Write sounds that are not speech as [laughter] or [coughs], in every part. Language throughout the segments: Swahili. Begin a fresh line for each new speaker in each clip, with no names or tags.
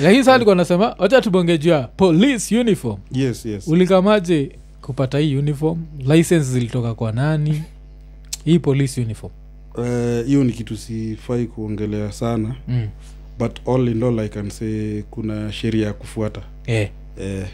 lakini saa alikuwa nasema wacha tubongejua police uniform
yes yes
ulikamaje kupata hii uniform license zilitoka kwa nani hii police uniform
Eh, hiyo ni kitu sifai kuongelea sana
mm.
but all in all i can say kuna sheria ya kufuata
yeah.
eh,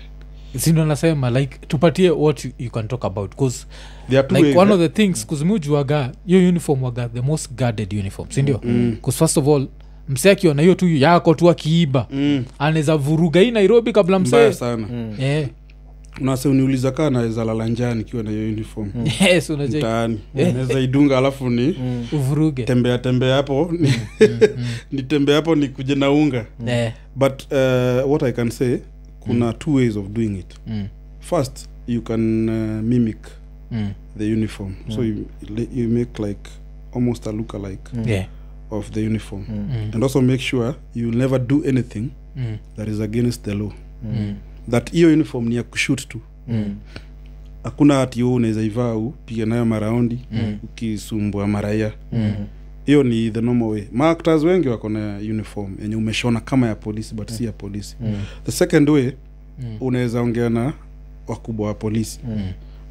sindo nasema like tupatie what you, you can talk about bcause
there are two
like
ways-
one of the things kuzimiujuaga hiyo uniform waga the most guarded uniform sindio
Mm.
bcause first of all msee akiona hiyo tu yako tu akiiba
Mm,
anaweza vuruga hii nairobi kabla
mbaya
msee
sana
Eh, [laughs]
unase uniuliza kaa naweza lala njaa nikiwa na hiyo uniform
yes unajua
[laughs] mtaani
Eh.
naweza idunga alafu ni
Mm. uvuruge
tembea tembea hapo
Mm,
[laughs] ni- nitembea hapo nikuje na unga
Eh,
but uh, what i can say kuna two ways of doing it
mm,
first you can uh, mimic
mm,
the uniform so you, you make like almost a look alike
yeah,
of the uniform
mm,
and also make sure you never do anything
mm,
that is against the law
mm,
that hiyo uniform ni ya kushut tu hakuna ati u unaweza ivaa upige nayo maraundi
Mm.
ukisumbua maraia Mm, hiyo ni the normal way maactors wengi wako na uniform yenye umeshona kama ya polisi but si ya polisi the second way
Mm.
unaweza ongea na wakubwa wa polisi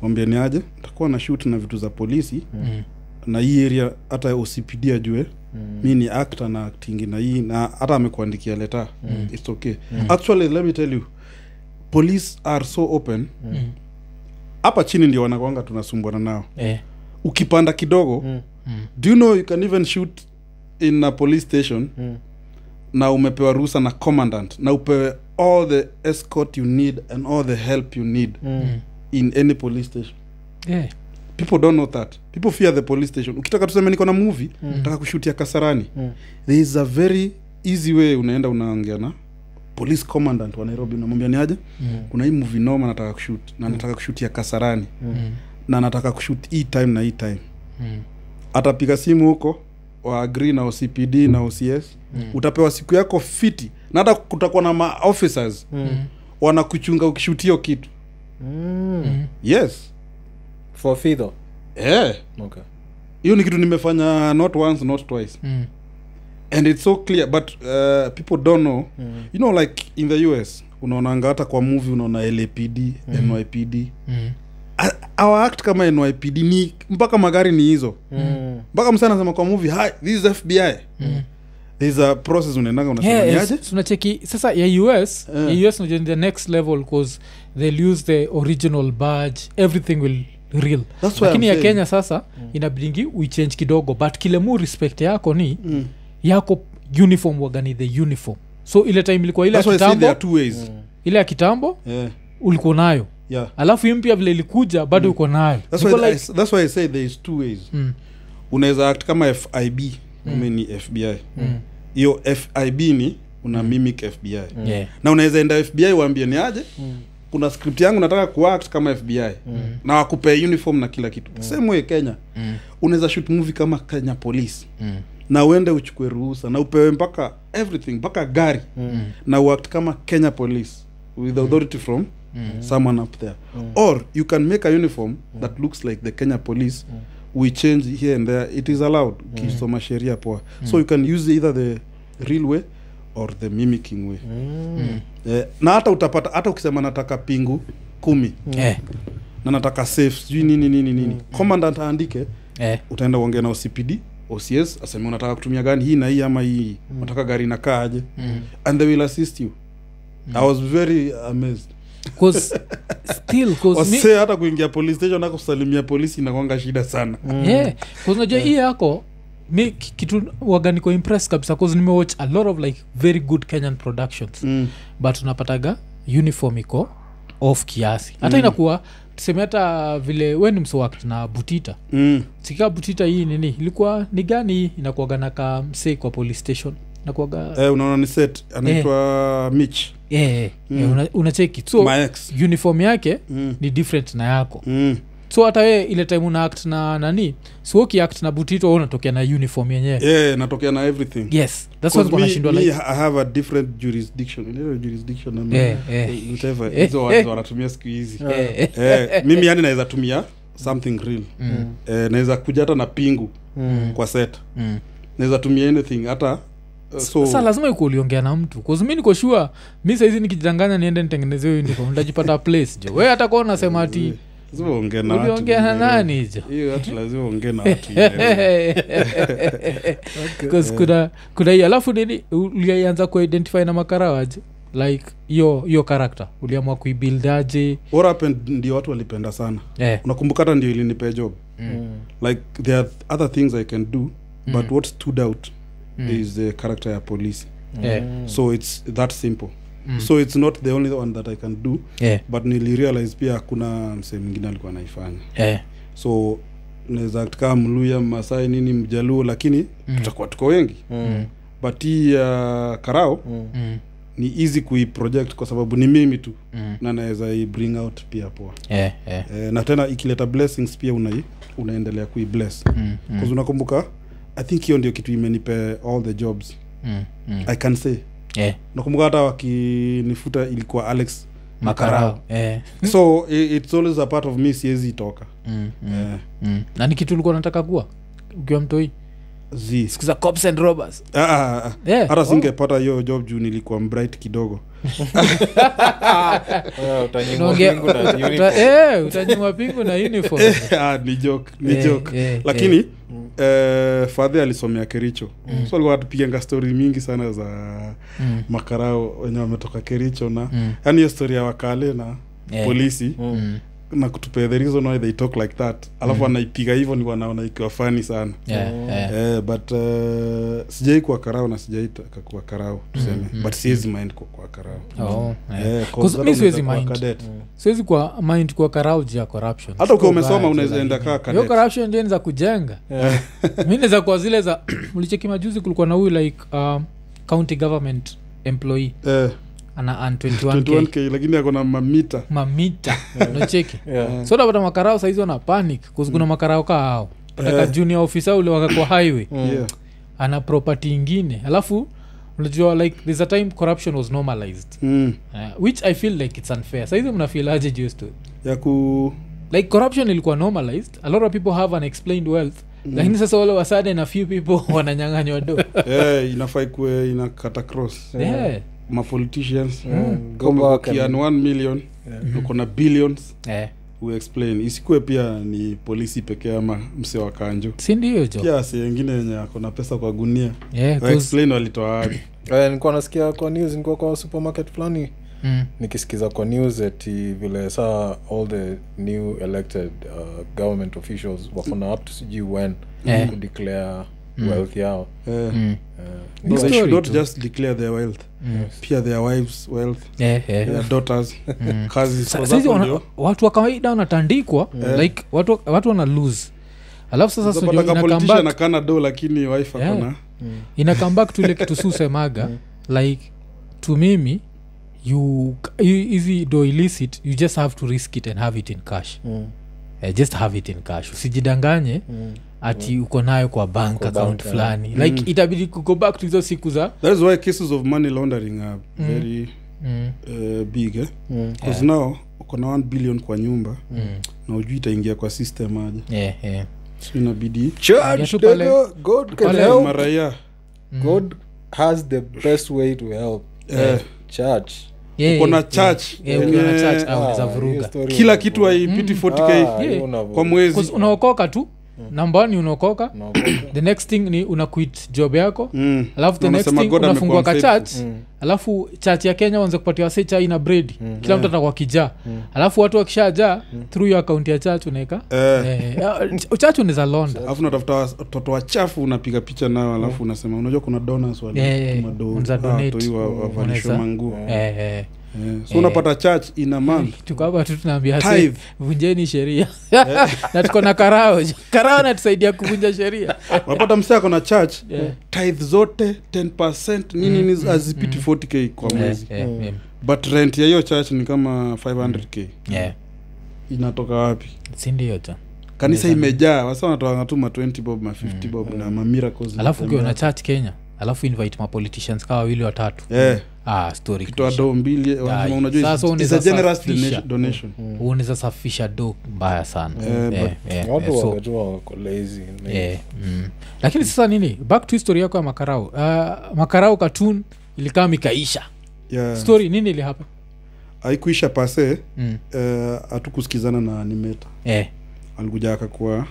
wambie ni aje takuwa na shoot na vitu za polisi
mm,
na hii area hata ocpd ajue mi ni actor na actingi na hii na hata amekuandikia leta mm. its okay actually let me tell you police are so open
mm,
hapa chini ndio wanakwanga tunasumbuana nao
eh,
ukipanda kidogo mm.
mm,
do you know you can even shoot in a police station na umepewa ruhusa na commandant na upewe all the escort you need and all the help you need
mm,
in any police station mm,
yeah,
people don't know that people fear the police station ukitaka tuseme niko na movie mm. taka kushutia kasarani mm. there is a very easy way unaenda unaongea na police commandant wa nairobi unamwambia ni aje
Mm.
kuna hii movie noma nataka kushut na nataka kushutia kasarani
mm,
na nataka kushut hii time na hii time
mm,
atapiga simu huko waagri na ocpd na ocs mm. utapewa siku yako fiti na hata kutakuwa na maofficers
mm,
wanakuchunga ukishutio kitu
mm,
yes
fofidho
Eh, hiyo ni kitu nimefanya not once not twice
mm,
and it's so clear but uh, people don't know mm. you know like in the us unaonanga hata kwa movie unaona lapd mm. nypd
mm,
A- our act kama nypd ni mpaka magari ni hizo mpaka msa anasema kwa movie hi this is fbi
mm.
there's a process unaendanga unasema
Yeah,
niaje
s- tunacheki sasa ya us
Eh.
ya us unajua ni the next level bcause they'll use the original badge everything will real
That's why
lakini
I'm
ya
saying. Mm.
kenya sasa inabidingi uichange kidogo but kile mu respect yako ni
Mm.
yako uniform wagani the uniform so ile time ilikuwa ile ya
that's why I say there are
kitambo
two ways
ile ya kitambo
yeah
ulikuwa nayo
yeah
alafu hii mpya vile ilikuja bado uko nayo
Mm. that's
Niko
why,
like-
I, that's why i say there is two ways
Mm,
unaweza act kama fib mm. ni fbi
mm,
hiyo fib ni una mimic fbi
yeah, Mm.
na unaweza enda fbi waambie ni aje kuna script yangu nataka kuact kama fbi na wakupe uniform na kila kitu same way kenya
mm,
unaweza shoot movie kama kenya police
mm,
na uende uchukue ruhusa na upewe mpaka everything mpaka gari
mm,
na uact kama kenya police with authority from
mm,
someone up there or you can make a uniform that looks like the kenya police
Mm.
we change here and there it is allowed ukisoma sheria poa
Mm.
so you can use either the real way or the mimicking way
mm,
eh, na hata utapata hata ukisema nataka pingu kumi
eh,
na nataka safe sijui nini nini nini commandant aandike
eh,
utaenda uongea na ocpd ocs aseme unataka kutumia gani hii na hii ama hii unataka gari inakaa aje and they will assist you i was very amazed
'Cause still 'cause mi-
wasee hata kuingia police station na kusalimia polisi inakwanga shida sana
yeah 'cause unajua hii yako mi ki- kitu waganiko impress kabisa bause nimewatch a lot of like very good kenyan productions
Mm.
but unapataga uniform iko off kiasi
Mm.
hata inakuwa tuseme hata vile we ni msowakt na butita
Mm.
sikia butita hii nini ilikuwa ni gani hii inakuaga naka msei kwa police station nakuaga
Eh, unaona ni set anaitwa mich
yeah, yeah, yeah, una- unacheki so
Mm. my ex
uniform yake
Mm.
ni different na yako
mm.
so hata wee ile time una act na nani so ukiact na butito wewe unatokea na uniform yenyewe
yeah, Eh, natokea na everything
yes that's why
'Cause
nilikuwa
me,
nashindwa
me
like
ha- I have a different jurisdiction Inaitwa jurisdiction ama-
Eh, eh.
whatever
Eh,
hizo
eh.
watu wanatumia siku hizi
eh, eh,
Eh, mimi yani naweza tumia something real eh, naweza kuja hata na pingu kwa set
mm,
naweza tumia anything hata Uh, so,
sasa lazima iko uliongea na mtu kause mi niko shua mi saizi nikijidanganya niende nitengeneze huyu ndiko ntajipata place jo we hata kuwa unasema ati
Eh, lazima uongee na watu
uliongea na
mwenyewe.
nani Eh. jo
hiyo watu lazima uongee na eh. watu wenyewe. Okay.
[laughs] 'Cause kuna kuna hiyo alafu nini ulianza kuidentify na makarawaje like hiyo hiyo karakta uliamua kuibildaje
Orapen ndio watu walipenda sana
eh.
unakumbuka hata ndio ilinipea job
Mm.
like there are other things i can do but what stood out
Mm.
is the character ya polisi
eh.
so it's that simple so it's not the only one that i can do
eh.
but nilirealize pia hakuna msee mwingine alikuwa anaifanya
eh.
so naweza kaa mluya masai nini mjaluo lakini tutakuwa tuko wengi
Mm.
but hii ya karao
Mm.
ni easy kuiproject kwa sababu ni mimi tu
Mm.
na naweza ibring out pia poa
eh. eh.
eh, na tena ikileta blessings pia unai, unaendelea kuibless
Mm. Mm.
mm. unakumbuka i think hiyo ndio kitu imenipe all the jobs
Mm. Mm.
i can say
eh.
nakumbuka hata wakinifuta ilikuwa alex
makarao eh.
so i- it's always a part of me siwezi itoka
mm. mm.
eh,
mm. na ni kitu ulikuwa nataka kuwa ukiwa mtoi
zi
siku za cops and robbers
Ah, ah, ah.
Yeah. Oh.
hata singepata hiyo job juu nilikuwa mbright kidogo
Wewe utanyimwa
Unaongea-
pingu
[laughs]
na
uta-
uniform.
eh, utanyimwa pingu na uniform
[laughs] Ah, ni joke ni
Eh,
joke
eh,
lakini eh, fadhi alisomea kericho so alikuwa atupiganga stori mingi sana za
Mm.
makarao wenye wametoka kericho na
Mm.
yani hiyo stori ya wakale na
Eh.
polisi
Mm.
na kutupea the reason why they talk like that alafu anaipiga hivyo ni wanaona ikiwa fani sana
Yeah, yeah.
Eh, but uh, sijai kuwa karao na sijaitaka kuwa karao tuseme but siwezi mind kuwa- kuwa karao
Oh, eh.
Eh, 'cause
Cause
hata
mi
unaweza
siwezi
kuwa
mind.
cadet.
siwezi kwa mind kuwa karauji ya corruption
hata ukiwa
Siko
umesoma
bad,
unaweza
like-
enda kaa Eh.
hiyo
cadet.
corruption ndio ni za kujenga mi naweza kuwa zile za [clears throat] ulicheki majuzi kulikuwa na huyu like um, county government employee
Eh,
ana an 21k
21k lakini akona mamita
mamita unacheki
Yeah.
so utapata makarao saizi wana panic kuzi kuna makarao kaa hao taka junior officer ule waka kwa highway
Yeah.
ana property ingine alafu unajua like there's a time corruption was normalized
Mm.
uh, which i feel like it's unfair saizi mnafilaje juu ya story
ya ku
like corruption ilikuwa normalized a lot of people have unexplained wealth mm. lakini sasa wale wasade na few people [laughs] wananyanganywa do
eh, inafai kuwe inakata cross Eh,
yeah.
mapoliticians
Mm.
Mm.
Go back and-
kian 1 million uko na billions
eh.
uexplain isikuwe pia ni polisi pekee ama mse wa kanjo
sindiyo jo
pia si wengine wenye ako na pesa kwa gunia
yeah, 'cause-
waexplain walitoa wapi
Eh, nilikuwa nasikia kwa news nilikuwa kwa supermarket fulani
mm.
nikisikiza kwa news eti vile saa all the new elected uh, government officials wakona up to sijui when
Eh.
kudeclare wealth yao
Eh,
Mm.
Eh,
Ni
no, they
story
should not
tu.
just declare their wealth
Mm.
pia their wives wealth
Yeah, yeah. Mm. [laughs]
their daughters [laughs] kazi
Sa-
So
saizi
hapo
wana-
ndio
watu wa kawaida wanatandikwa like watu, watu wana lose alafu sasa si ndio
utapata
ina come
kapolitisha
back-
na kana do lakini wife
Yeah.
akona
ina come back to ile kitu susemaga like to mimi you you- hizi do illicit you just have to risk it and have it in cash
Mm.
Eh, just have it in cash usijidanganye ati uko nayo kwa bank
Kwa
account
bank,
fulani like itabidi ku- go back to hizo siku za
that is why cases of money laundering are very
mm.
uh, big eh?
Mm.
yeah. now uko na 1 billion kwa nyumba mm. na ujui itaingia kwa system aje
yeah, yeah.
so inabidi
Ingia tu pale-
Dogo, God can
pale- Mm.
help.
maraia
God has the best way to help.
Eh.
Church.
Yeah,
uko na
yeah,
church
yeah, ukiwa na
yenye
church, ah, unaweza
Ah, hiyo
vuruga
story
kila
una-
kitu aipiti
Ah,
40k
hiyo
Yeah.
unavuruga.
kwa
'Cause
mwezi
unaokoka tu nambani unaokoka [coughs]
Unaokoka.
the next thing ni una quit job yako
Mm.
alafu the
Na
next
unasema
thing
God
unafungua
amekuwa
ka
mfaithful.
church alafu church ya kenya wanze kupatia wase chai na bread kila
Mm.
mtu atakuwa kijaa alafu watu wakishajaa through hiyo akaunti ya church unaeka
Eh.
eh, ch- church unaweza londa
alafu unatafuta was- watoto wachafu unapiga picha nao alafu unasema unajua kuna donors Ah,
Yeah, yeah, yeah. Unza donate. Unaweza.
walimadowavanishomanguo
Eh, eh.
so unapata church ina
[laughs]
month
tuko hapa tu tunaambia
Mm. Tithe. Eh.
"Sasa, vunjeni sheria [laughs] na tuko na karao karao natusaidia kuvunja sheria
unapata msee ako na church
Yeah. Mm.
tithe zote 10 nini nini azipiti 40k kwa
Eh,
mwezi
eh, eh.
but rent ya hiyo church ni kama 500k
Yeah.
inatoka wapi
sindio ta
kanisa imejaa wasa wanatoanga tu ma 20 bob ma 50 bob na mamira
alafu Mm. ukiwa na church kenya alafu invite mapoliticians kawa wawili watatu
Eh,
ah, story
kitoa
kwisha.
doo mbili eh,
Dai.
wanasema unajua
Sasa Mm.
it's- it's
unaweza
a generous
safisha.
donation- donation
unaweza safisha do mbaya sana
Eh,
Eh,
but
eh,
watu
eh, so-
wakajua wako lazy maybe.
Eh, mm. lakini sasa nini back to history yako ya makarau uh, makarau katun ilikaa mikaisha
Yeah.
story nini ilihapa
haikuisha pase
mm.
hatukusikizana na nimeta
eh,
alikuja akakuwa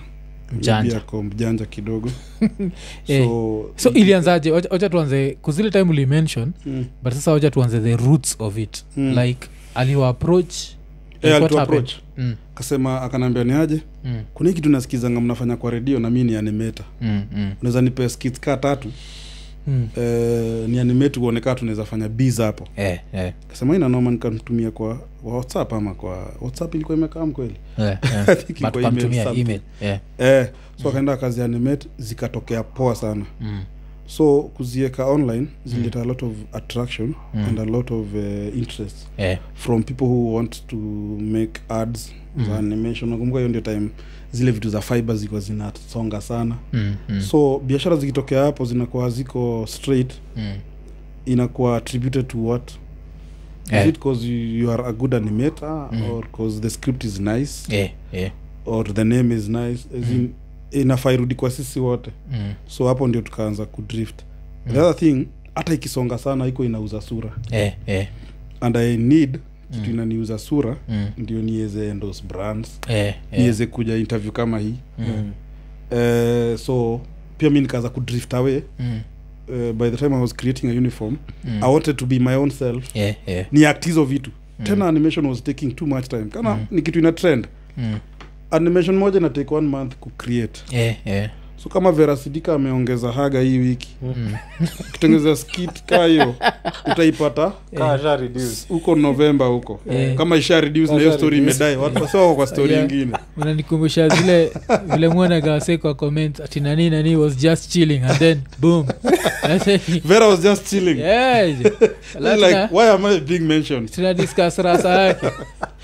Mjanja.
maybe ako mjanja kidogo
[laughs] Eh.
so
so ilianzaje Wacha- wacha tuanze kuzile time ulimention
Mm.
but sasa wacha tuanze the roots of it
Mm.
like aliwaapproach
Eh,
like what
alitu
happened?
approach
Mm,
akasema akanaambia ni aje
mm,
kuna hii kitu nasikizanga mnafanya kwa redio na mi ni animeta
mm, mm,
unaweza nipe skits kaa tatu
mm.
eh, ni animate uonekana tunaweza fanya bs hapo
Eh, eh,
kasema ina noma nikamtumia kwa kwa whatsapp ama kwa whatsapp ilikuwa imekaa mkweli [laughs]
eh, eh.
I think
But
ilikuwa email
ukamtumia
something.
email. Eh,
eh, so akaenda akazi animate zikatokea poa sana
mm,
so kuzieka online zileta a lot of attraction
Mm.
and a lot of uh, interest
eh,
from people who want to make ads mm. za animation nakumbuka hiyo ndio time zile vitu za fiber zilikuwa zinasonga sana
mm, mm,
so biashara zikitokea hapo zinakuwa ziko straight
mm.
inakuwa attributed to what
Eh.
is it cause you, you are a good animator mm. or cause the script is nice
Eh, Mm. eh,
or the name is nice as in, inafaa irudi kwa sisi wote
mm,
so hapo ndio tukaanza kudrift mm. the other thing hata ikisonga sana iko inauza sura
eh, eh,
and i need kitu inaniuza sura
mm,
ndio niweze endos brands
eh, mm, eh,
niweze kuja interview kama hii Eh, so pia mi nikaanza kudrift away
mm,
uh, by the time i was creating a uniform mm. i wanted to be my own self
eh, eh,
ni act hizo vitu mm. tena animation was taking too much time kama mm. ni kitu ina trend
mm,
animation moja na take one month kucreate
eh, eh,
so kama verasidika ameongeza haga hii wiki
mm.
ukitengeneza skit kaa hiyo utaipata
Kaa isha reduce.
huko novemba huko
Eh.
kama isha reduce na hiyo
Isha
story
reduce.
imedai watu wasi wako kwa story
Yeah.
ingine
unanikumbusha zile vile mwanagawaseko comment ati nani nani was just chilling and then
[laughs]
boom I say,
vera was just chilling
yes. Alafu
like
tuna-
why am i being mentioned
tuna discuss rasa yake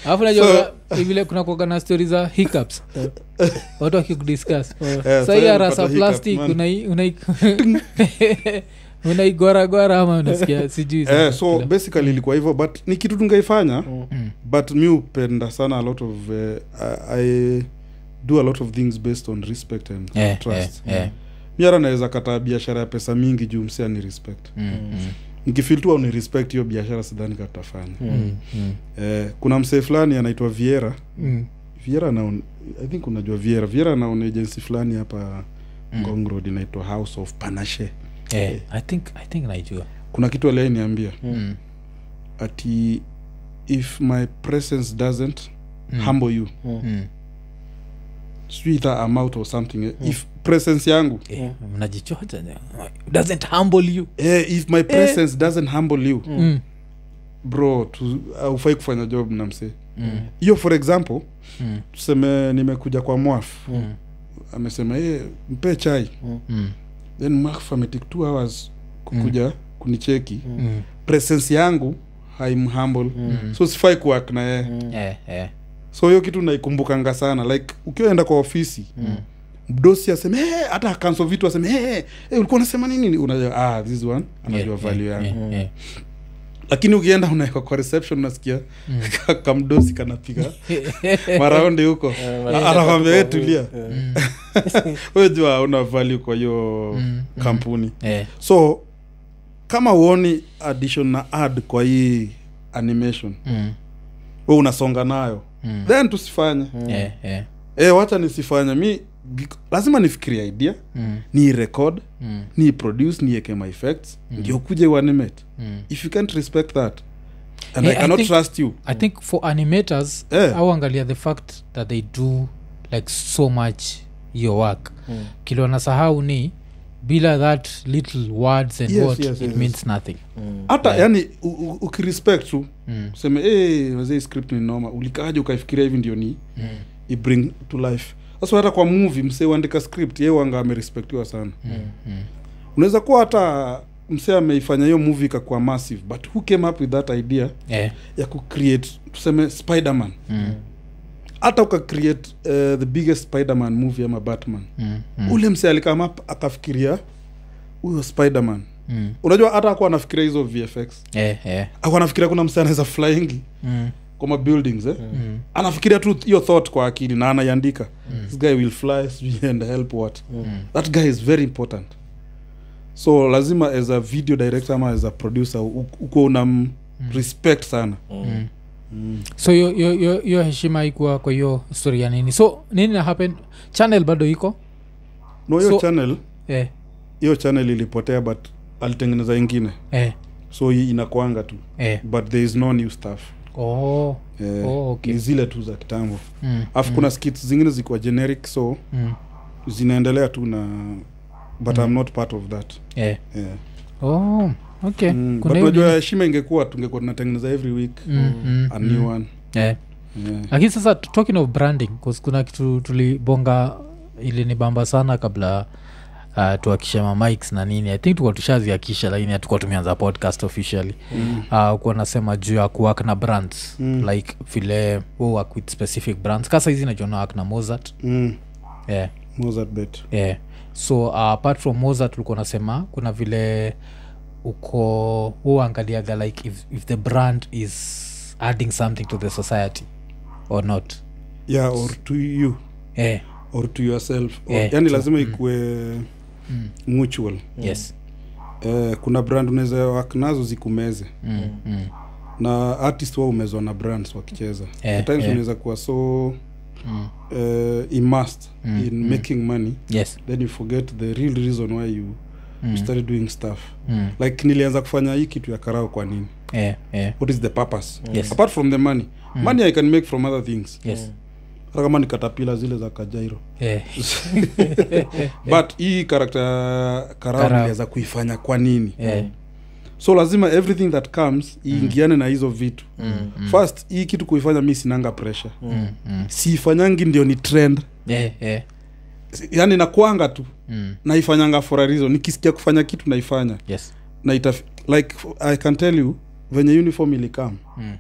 alafu najua vile kuna kuoga na stori za hiccups watu
[laughs]
wakikudiscuss
so
sahii
yeye
arasa
amepata
plastic
hiccup, man.
unai- unai-
[laughs]
[laughs] unaigwaragwara ama unasikia sijui sasa.
eh, so basically ilikuwa hivyo but ni kitu tungaifanya
Mm.
but mi upenda sana a lot of uh, I- i do a lot of things based on respect and
Eh,
trust
eh, eh.
mi hata naweza kataa biashara ya pesa mingi juu msi ani respect
Mm, mm,
nikifil tu ni respect hiyo biashara sidhani katafanya
mm, mm,
eh, kuna msee fulani anaitwa viera
mm.
viera anaon- i think unajua viera viera anaona agency fulani hapa mm. ngong road inaitwa house of panache
Eh, I think- I think naijua
kuna kitu aliainiambia
Mm,
ati if my presence doesn't mm. humble you
mm.
sijui tha amount or something eh, if presence yangu
Eh, mnajichocha ne- doesn't humble you
eh, if my presence doesn't humble you
Mm,
bro tu- haufai kufanya job na msee
mm,
hiyo for example
mm,
tuseme nimekuja kwa mwaf
Mm.
amesema ye mpe chai
mm,
then mwaf ametik two hours kukuja kunicheki
mm.
presence yangu haimhumble so sifai kuwak na yeye
Eh, eh,
so hiyo kitu naikumbukanga sana like ukiwaenda kwa ofisi mm. mdosi aseme "Eh," hata akanso vitu aseme hey, hey, ulikuwa unasema nini unajua ah, this one anajua
eh,
value
eh,
yangu
eh.
lakini ukienda unawekwa kwa reception unasikia
Mm.
[laughs] ka-
[laughs]
kamdosi kanapiga maraundi
Eh,
huko
mara-
anakwambia we tulia
Eh.
we jua una value kwa hiyo
Mm,
kampuni
Eh,
so kama uoni addition na ad kwa hii animation
mm,
we unasonga nayo
Mm.
then tusifanye
eh, eh,
e, wacha nisifanye mi bik- lazima nifikirie idea
mm,
ni record
mm,
ni produce nieke my effects ndio kuja uanimate
mm.
if you can't respect that and
Eh,
i
I
cannot
think-
trust you
i think for animators
Eh.
au angalia the fact that they do like so much your work mm. kile wanasahau ni bila that little words and
Yes,
what
yes,
it
yes.
means nothing
hata yani u- u- ukirespect tu
Mm.
useme hey, wazee hii script ni noma ulikaaje ukaifikiria hivi ndio ni ibring to life sasa hata kwa movie msee uandika script ye wanga amerespectiwa sana
Mm.
unaweza kuwa hata msee ameifanya hiyo movie ikakuwa massive but who came up with that idea
eh,
ya kucreate tuseme spiderman
mm,
hata ukacreate uh, the biggest spiderman movie ama batman
mm, mm,
ule mse alikama p- akafikiria huyo spiderman
mm.
unajua hata akuwa anafikiria hizo vfx
eh, eh.
akuwa anafikiria kuna msee anaweza flying
Mm.
kwa mabuildings eh?
Mm.
anafikiria tu th- hiyo thought kwa akili na anaiandika mm. this guy will fly [laughs] sijui and help what mm. that guy is very important so lazima as a video director ama as a producer u- uko una mm. respect sana
Mm. so yo- yo- yo- hiyo heshima haikuwa kwa hiyo story ya nini so nini na happen channel bado iko
no hiyo
So-
channel
eh,
hiyo channel ilipotea but alitengeneza ingine
eh,
so hii inakwanga tu
eh.
but there is no new stuff
Oh.
eh,
Oh, okay.
ni zile tu za kitambo
Mm.
alafu mm. kuna skits zingine zikuwa generic so
Mm.
zinaendelea tu na but mm. i'm not part of that
Eh.
yeah.
Oh, okay.
Mm, but
Kuna hiyo
unajua
nini?
heshima ingekuwa tungekuwa tunatengeneza every week
Mm, mm,
a
mm.
new one
Eh.
yeah.
lakini sasa t- talking of branding 'cause kuna kitu tulibonga ilinibamba sana kabla uh, tuakishe mamics na nini i think tukuwa tushaziakisha lakini hatukuwa tumeanza podcast officially mm. uh, kuwa nasema juu ya kuwak na brands mm. like vile work with specific brands kasa hizi najona wak na mozart
mm.
yeah,
Mozart bet
yeah. so uh, apart from mozart ulikuwa nasema kuna vile uko huangaliaga like if, if the brand is adding something to the society or not
yeah or to you
eh,
or to yourself or,
Yeah, Mm.
yani
to-
lazima ikue mutual
yes
eh, kuna brand unaweza work nazo zikumeze
mm, mm,
na artist wa umezwa na brands wakicheza
Eh,
At times
eh.
unaweza kuwa so
mm,
uh, immersed
Mm,
in making money
yes
then you forget the real reason why you, you started doing stuff
mm,
like nilianza kufanya hii kitu ya karao kwa nini
eh, eh,
what is the purpose
Yes. Mm.
apart from the money money i can make from other things
yes
hata kama ni katapila zile za kajairo [laughs]
eh,
but hii karakta karao
Karao.
niliweza kuifanya kwa nini
eh,
so lazima everything that comes
Mm.
iingiane na hizo vitu mm. first hii kitu kuifanya mi sinanga pressure
mm, mm,
siifanyangi ndio ni trend
eh, eh,
Si- yani nakwanga Yaani tu
mm,
naifanyanga for a reason nikisikia kufanya kitu naifanya
yes
na itaf- like f- i can tell you venye uniform ilikam
mm,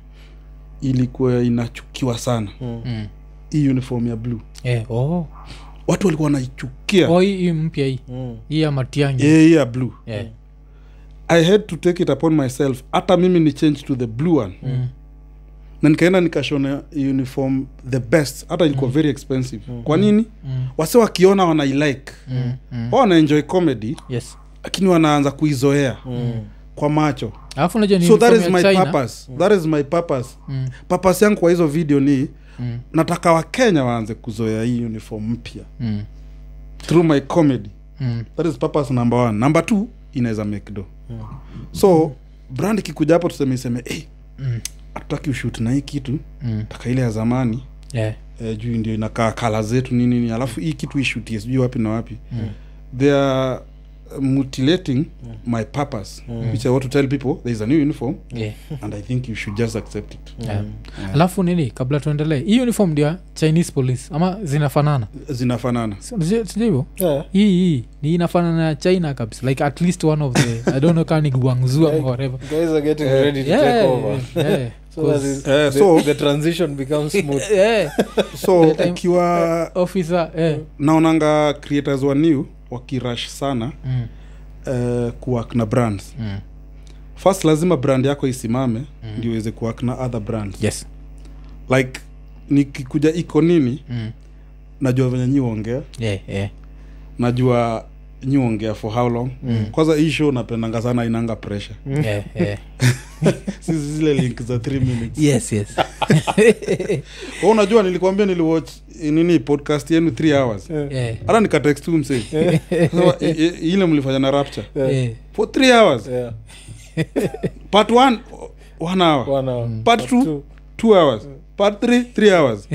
ilikuwa inachukiwa sana
mm,
hii uniform ya blue
eh, oh.
watu walikuwa wanaichukia
Oh, hii hii mpya hii
Mm.
hii ya matiangi
yeah, yeah, blue
Eh,
i had to take it upon myself hata mimi ni change to the blue one
mm,
na nikaenda nikashona uniform the best hata ilikuwa very expensive kwa nini
mm,
wase wakiona wanailike
mm, mm,
wa wanaenjoy comedy
yes
lakini wanaanza kuizoea
Mm.
kwa macho
alafu unajua Mm. ni
so that is
uniform
my
ya China.
purpose that is my purpose
Mm,
purpose yangu kwa hizo video ni
mm,
nataka wakenya waanze kuzoea hii uniform mpya
mm,
through my comedy
mm,
that is purpose number one number two inaweza make do so brand ikikuja hapo tuseme iseme hey,
mm,
hatutaki ushut na hii kitu
mm,
taka ile ya zamani
eh,
eh, juu ndio inakaa kala zetu nini nini alafu hii kitu ishutie sijui wapi na wapi
Mm.
they are mutilating my purpose which i want to tell people there is a new
[laughs]
uniform
eh,
and i think you should just accept it
eh. alafu nini kabla tuendelee hii uniform ndio ya chinese police ama zinafanana [laughs]
zinafanana
sijaivo
Yeah.
hii hii ni inafanana na china kabisa like at least one of the i don't know kani guangzua or whatever
Guys are getting ready to
Yeah,
take
yeah,
over.
[laughs] yeah,
[laughs] So that
'cause-
is,
Eh,
the,
so-
the transition
[laughs]
becomes smooth.
yeah,
so ukiwa
officer eh.
naonanga creators wa new wakirush sana
mm,
uh, kuwork na brands
mm.
first lazima brand yako isimame ndio iweze kuwork na other brands
yes
like nikikuja iko nini
mm.
najua venye nyi huongea
yeah, yeah.
najua nyi huongea for how long mm. kwanza hii show napendanga sana inanga pressure [laughs]
Hmm.
yeah,
[laughs]
yeah.
sisi zile link za three minutes
yes
[laughs]
yes [laughs]
Wewe unajua nilikwambia niliwatch eh, nini podcast yenu th hours
yeah,
hata nikatext tu msee Sema, i- i- ile mlifanya na rapture
yeah. Mm.
for th hours
Yeah.
part one one hour
One hour.
Mm.
part two
two.
two hours part three three hours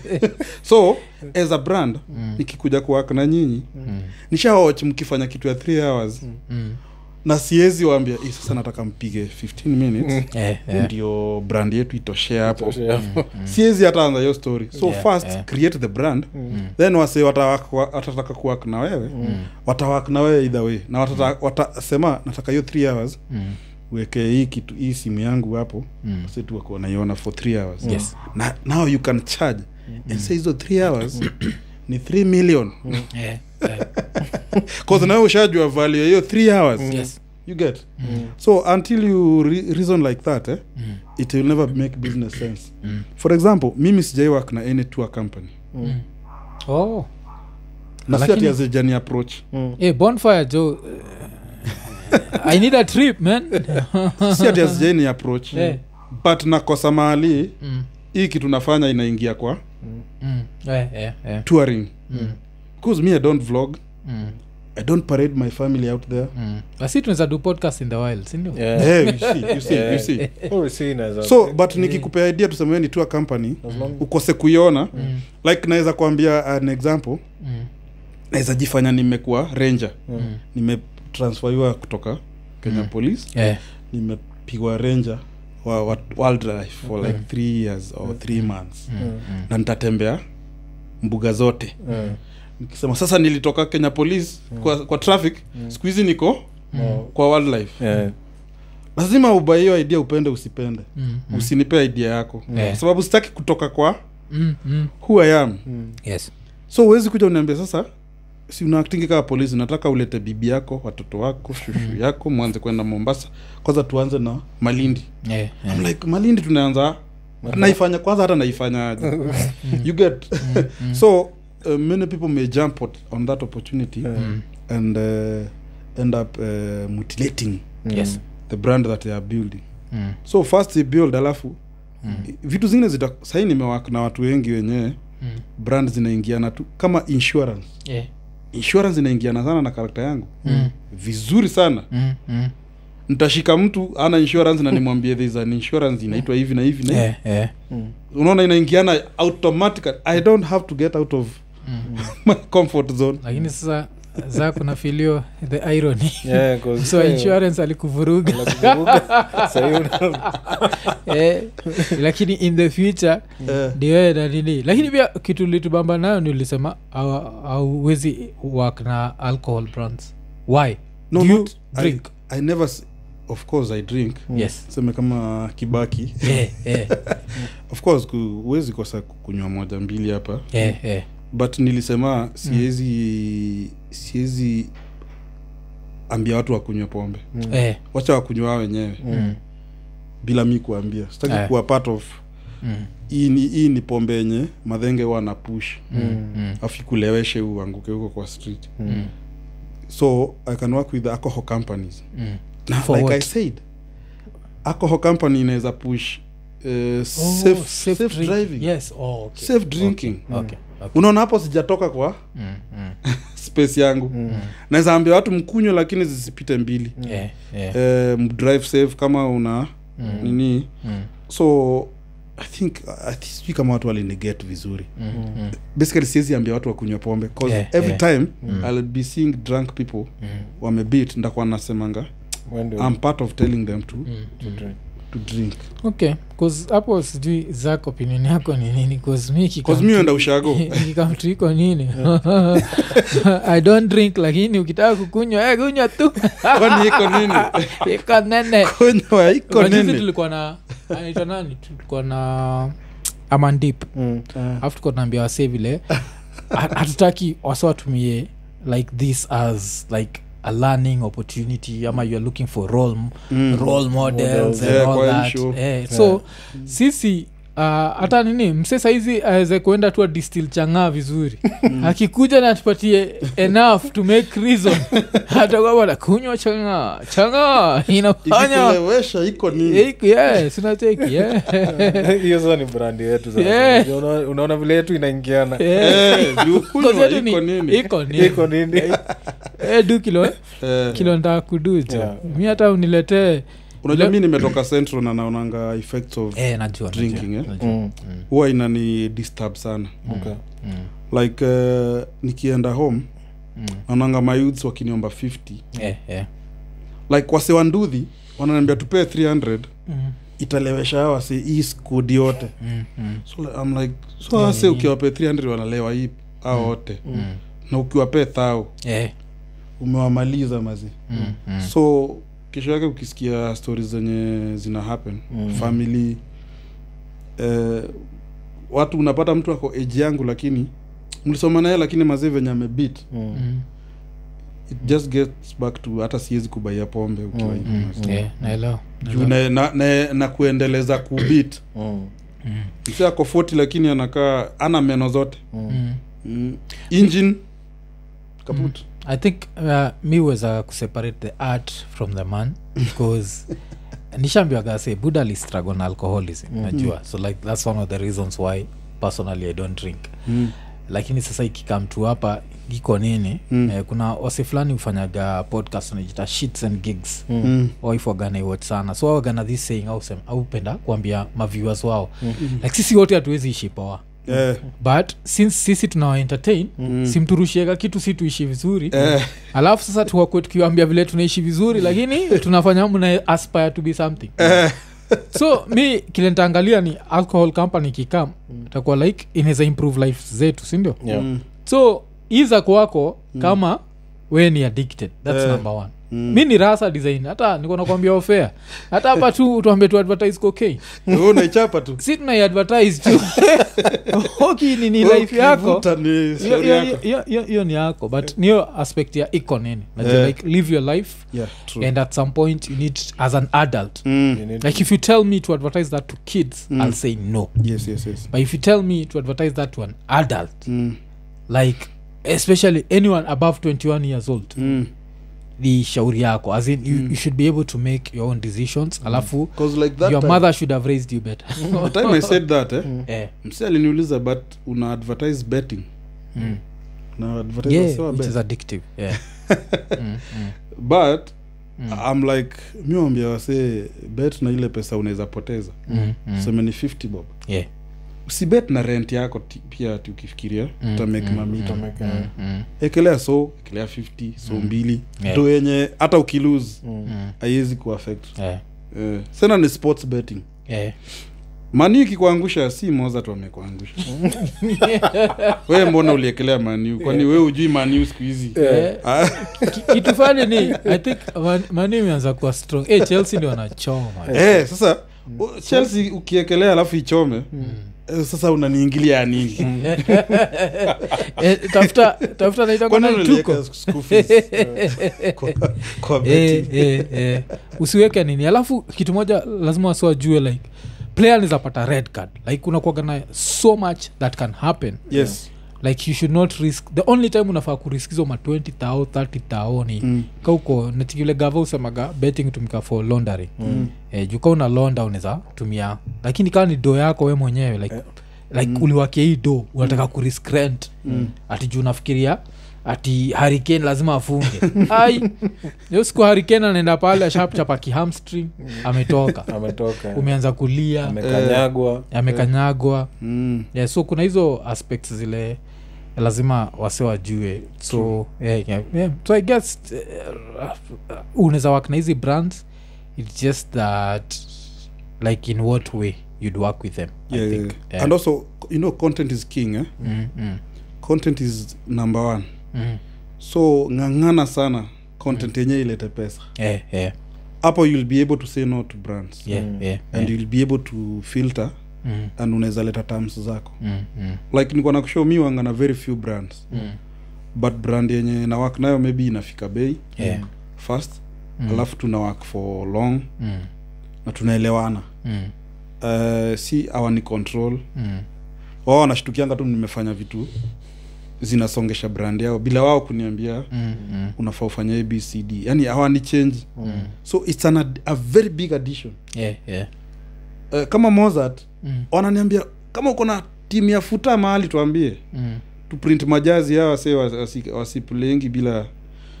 [laughs] so as a brand
Mm.
nikikuja kuwaka na nyinyi
Hmm.
nishawach mkifanya kitu ya three hours
Mm.
na siezi waambia "Eh, sasa nataka mpige 15 minutes
yeah, yeah.
ndio brand yetu itoshea hapo
Yeah.
siezi hata anza hiyo story so
Yeah,
first
yeah.
create the brand
Mm.
Hmm.
then wase watawak- wa- watataka kuwak na wewe
Mm,
watawak na wewe either way na watata, watasema nataka hiyo three hours
Mm.
uweke hii kitu hii simu yangu hapo
Mm.
mm. tu wako wanaiona for three hours
Yes.
na, now you can charge and say hizo three hours
Mm-hmm.
ni three million
yeah, yeah.
Hmm.
bcause nawe ushajua value ya hiyo three hours
yes Mm-hmm.
you get so until you re- reason like that eh, it will never make business sense
Mm.
for example mimi sijai work na any tour company
Hmm.
oh.
na si
Lakini-
ati hazijani approach
hey, bonfire joe [laughs] i need a trip man [laughs]
si ati hazijaini approach
Eh.
Hmm.
but nakosa mahali
mm.
hii kitu nafanya inaingia kwa
Mm. Eh, eh, eh.
touring
Mm.
bcause me i don't vlog
Mm.
i don't parade my family out there
Mm. asi tunaweza do podcast in the wild sindio
[laughs] Yeah.
Eh, you see, you see,
Yeah. [laughs]
you see.
Or see it as a-
so but nikikupea idea tusemeni tu company
as long-
ukose kuiona
Mm.
like naweza kuambia an example
Mm.
naweza jifanya nimekuwa ranger
Mm.
nimetransferiwa kutoka kenya
Mm.
police
Eh.
nimepigwa ranger wa, wa wildlife for like three years or three months
Mm. Mm.
na nitatembea mbuga zote
Mm.
nikisema sasa nilitoka kenya police kwa, kwa traffic siku hizi niko
Mm.
kwa wildlife
Yeah.
lazima ubai hiyo idea upende usipende
Mm.
usinipe idea yako
Eh.
kwa sababu sitaki kutoka kwa
Mm. Mm.
who i am
yes
so huwezi kuja uniambia sasa si unaaktingi kaa polisi nataka ulete bibi yako watoto wako shushu
Mm.
yako mwanze kwenda mombasa kwanza tuanze na malindi
Eh, eh.
I'm like malindi tunaanza naifanya kwanza hata naifanyaje
[laughs] Mm.
you get [laughs] so uh, many people may jump on- on that opportunity
Mm.
and uh, end up uh, mutilating
yes
Mm.
the brand that they are building
Mm.
so first they build alafu
Hmm.
vitu zingine zita sahii nimewak na watu wengi wenyewe
Mm.
brand zinaingiana tu kama insurance
Eh.
insurance inaingiana sana na karakta yangu
Mm.
vizuri sana
Mm. Mm.
nitashika mtu ana insurance na nimwambie there is an insurance inaitwa hivi na hivi na hivi.
Eh, eh.
unaona inaingiana automatically i don't have to get out of
Mm.
my comfort zone
lakini sasa za kuna filio the [laughs] irony
Yeah, 'cause-
so
yeah.
insurance alikuvuruga
[laughs] Nakukumbuka. Sahi una-
eh, [laughs] lakini in the future
Eh,
ndiwe na nini lakini pia kitu litubamba nayo ni ulisema hawa- hauwezi work na alcohol brands why
no,
Do you
not- I-
drink
I never s- of course i drink
yes
seme kama kibaki
Eh, eh,
of course ku- huwezi kosa kunywa moja mbili hapa
eh, eh.
but nilisema siwezi siwezi ambia watu wakunywe pombe
Eh,
wacha wakunywa wao wenyewe
mm,
bila mi kuambia sitaki
Eh.
kuwa part of
mm,
hii ni, hii ni pombe yenye madhenge huwa na push
mm, mm,
afu kuleweshe uanguke huko kwa street
mm,
so i can work with the alcohol companies
mm.
na
For
like
what?
i said alcohol company inaweza push uh,
Oh,
safe, safe,
drink-
driving
yes oh, okay. Mm.
safe drinking
okay. okay.
unaona hapo sijatoka kwa
Mm, mm,
space yangu mm. naweza ambia watu mkunywe lakini zisipite mbili mm.
eh, eh,
mdrive safe kama una mm. nini
mm,
so i think I think sijui kama watu waliniget vizuri
mm, mm,
basically siwezi ambia watu wakunywa pombe cause
Yeah,
every
yeah.
time ill be seeing drunk people
mm,
wamebit ndakuwa nasemanga
When do
i'm part of telling them to,
mm,
you
mm.
drink?
to drink
okay 'cause hapo sijui zak opinion yako ni nini 'Cause mi kika-
cause mi uenda
[laughs]
ushago
kikamtu iko nini [laughs] i don't drink lakini ukitaka kukunywa eh, kunywa tu [laughs]
kwani iko nini
iko nene
konywa iko
Unajua sisi
nini
tulikuwa na anaitwa nani tulikuwa na amandip
Mm,
alafu tuko tunaambia wasee vile ha- hatutaki wase watumie like this as like a learning opportunity ama youare looking for role, m-
Mm.
role models
Models.
and
Yeah,
all
kwa hii
that.
show.
Eh, so sisi uh, hata nini mse saizi aweze kuenda tu adistil changaa
[laughs]
vizuri
Mm.
akikuja na atupatie enough to make
[laughs]
reason atakuwa bwana kunywa changaa changaa inafanya
ikikulewesha iko nini
Iku- yeah, sinacheki, yeah.
[laughs] hiyo sasa ni brandi yetu sasa.
Yeah.
Ndio unaona- unaona vile yetu inaingiana
Yeah. [laughs]
Eh, juu
Cause
kunywa
yetu ni-
iko nini
iko nini?
[laughs] iko nini
Eh, du kilo eh?
Eh,
kilo ntaa kuduja
Yeah.
mi hata uniletee
unajua mi nimetoka central na naonanga effects of
eh, najua,
Drinking, eh?
najua, najua.
Mm.
huwa inani disturb sana
Okay.
Mm,
like uh, nikienda home
mm.
naonanga mayouths wakiniomba 50
Eh, eh.
like wase wandudhi wananiambia tupee 300
Mm,
italewesha hawa si hii skudi yote
mm, mm,
so like, I'm like so yeah, se ukiwapee 300 wanalewa hii hao wote
mm.
na ukiwapee thao
Eh,
umewamaliza mazi
mm, mm.
so kesho yake ukisikia stori zenye zina happen mm. family eh, watu unapata mtu ako eji yangu lakini mlisoma naye lakini mazee venye amebit
Mm,
it just gets back to hata siwezi kubaia pombe ukiwa hivi
Mm, yeah, naelewa
juu na, na, na, na kuendeleza kubit
Mm.
msi ako 40 lakini anakaa ana meno zote
Mm.
mm. engine kaput
i think uh, mi uweza kuseparate the art from the [laughs] man because nishambiwaga say buddha listrago na alcoholism mm-hmm. najua so like that's one of the reasons why personally i don't drink
mm.
lakini sasa ikikamtu hapa iko nini mm. eh, kuna wasi fulani hufanyaga podcast unajita shits and gigs mm
Mm.
waifuaganaiwat sana so wagana this saying ausem- aupenda kuambia maviewers wao mm-hmm. like sisi wote hatuwezi ishi poa
Eh,
but since sisi tunawaentertain mm. simturushiega kitu si tuishi vizuri
eh,
alafu sasa tuwakue tukiwambia vile tunaishi vizuri lakini tunafanya mna aspire to be something so mi kile ntaangalia ni alcohol company kikam itakuwa like inaweza improve life zetu sindio
Yeah.
so iza kwako kama we ni addicted thats
Eh.
number one mi ni rasa design hata niko nakwambia ofea hata hapa tu tuambie tu advertise cocaine
wewe unaichapa tu
si tunaiadvertise tu [laughs] hoki ni ni [laughs] life yako
Ukivuta ni
Hiyo-
story
hiyo-
yako.
hiyo- hiyo- hiyo ni yako but niyo aspect ya iko nini Najua
Eh.
like live your life
Yeah, true.
and at some point you need as an adult
Mm.
You need
like if you tell me to advertise that to kids
Mm.
i'll say no
Yes, yes, yes.
but if you tell me to advertise that to an adult
Mm.
like especially anyone above 21 years old
Mm.
ni shauri yako as in you, you should be able to make your own decisions alafu
'Cause like Mm. that
your
time-
mother should have raised you
[laughs]
better
the time i said that eh,
Eh,
msi aliniuliza but una advertise betting na advertise
Mm. yeah,
wasiwa
which
bet.
is addictive
[laughs]
yeah. Mm, mm.
but i'm like mi wambia wasee bet na ile pesa unaweza poteza
Mm, mm.
seme ni 50 bob
Yeah.
usibet na rent yako ti- pia ti ukifikiria
Mm,
utamake
mm,
mami
to make a-
Mm,
ekelea so ekelea 50 so mbili
Yeah.
do yenye hata ukilose
mm.
haiwezi kuaffect
Yeah.
eh. sena ni sports betting
Yeah.
mani ikikuangusha si mozat wamekuangusha
[laughs]
we mbona uliekelea maniu kwani we ujui maniu siku hizi
Eh,
Ah,
[laughs] ki- kitu fani ni i think man- mani imeanza kuwa strong Eh, chelsea ndio wanachoma
eh, sasa
mm.
u- chelsea ukiekelea alafu ichome eh, sasa unaniingilia ya
[laughs]
nini
[laughs] Eh, tafuta tafuta naita
Kwani
tuko [laughs]
unaniweka school fees, eh, kwa- kwa
Eh,
betting?
eh, eh. usiweke nini alafu kitu moja lazima wasiwajue like player nizapata red card like unakuaga na so much that can happen
Yes.
like you should not risk the only time unafaa kuriskizo ma 20 tao 30 tao ni mm. kauko natikile gava usemaga betting hutumika for laundering mm. eh, juu kaa una londa unaweza tumia lakini kaa ni do yako we mwenyewe like, like mm. uliwakia hii do unataka kurisk rent mm. ati juu unafikiria ati hurricane lazima afunge [laughs] ai yo siku hurricane anaenda pale ashapchapa kihamstring ametoka [laughs]
ametoka
umeanza kulia
amekanyagwa
amekanyagwa
Mm.
yeah, so kuna hizo aspects zile lazima wase wajue so, yeah, yeah, yeah. so i guess uh, unaweza work na hizi brands its just that like in what way you'd work with them I
Yeah,
think.
yeah.
Yeah.
and also you know content is king eh?
Mm, mm,
content is number one
mm.
so ng'ang'ana sana content yenye ilete pesa
Yeah, yeah,
hapo you'll be able to say no to brands
yeah, yeah,
Mm. and you'll be able to filter
mm,
and unaweza leta terms zako
mm, mm,
like niko na kushow mi wanga na very few brands
mm.
but brand yenye na work nayo maybe inafika bei
Yeah.
first
Mm.
alafu tuna work for long
Mm,
na tunaelewana
mm,
uh, si awa ni control
mm.
wao wanashtukianga tu nimefanya vitu zinasongesha brand yao bila wao kuniambia
Mm, mm.
unafaa ufanya abcd yani hawani change so its an ad- a very big addition
Yeah, yeah.
uh, kama mozart
Mm,
wananiambia kama uko na timu ya futa mahali tuambie
mm.
tuprint majazi hao wase wasipulengi wasi wasipulengi bila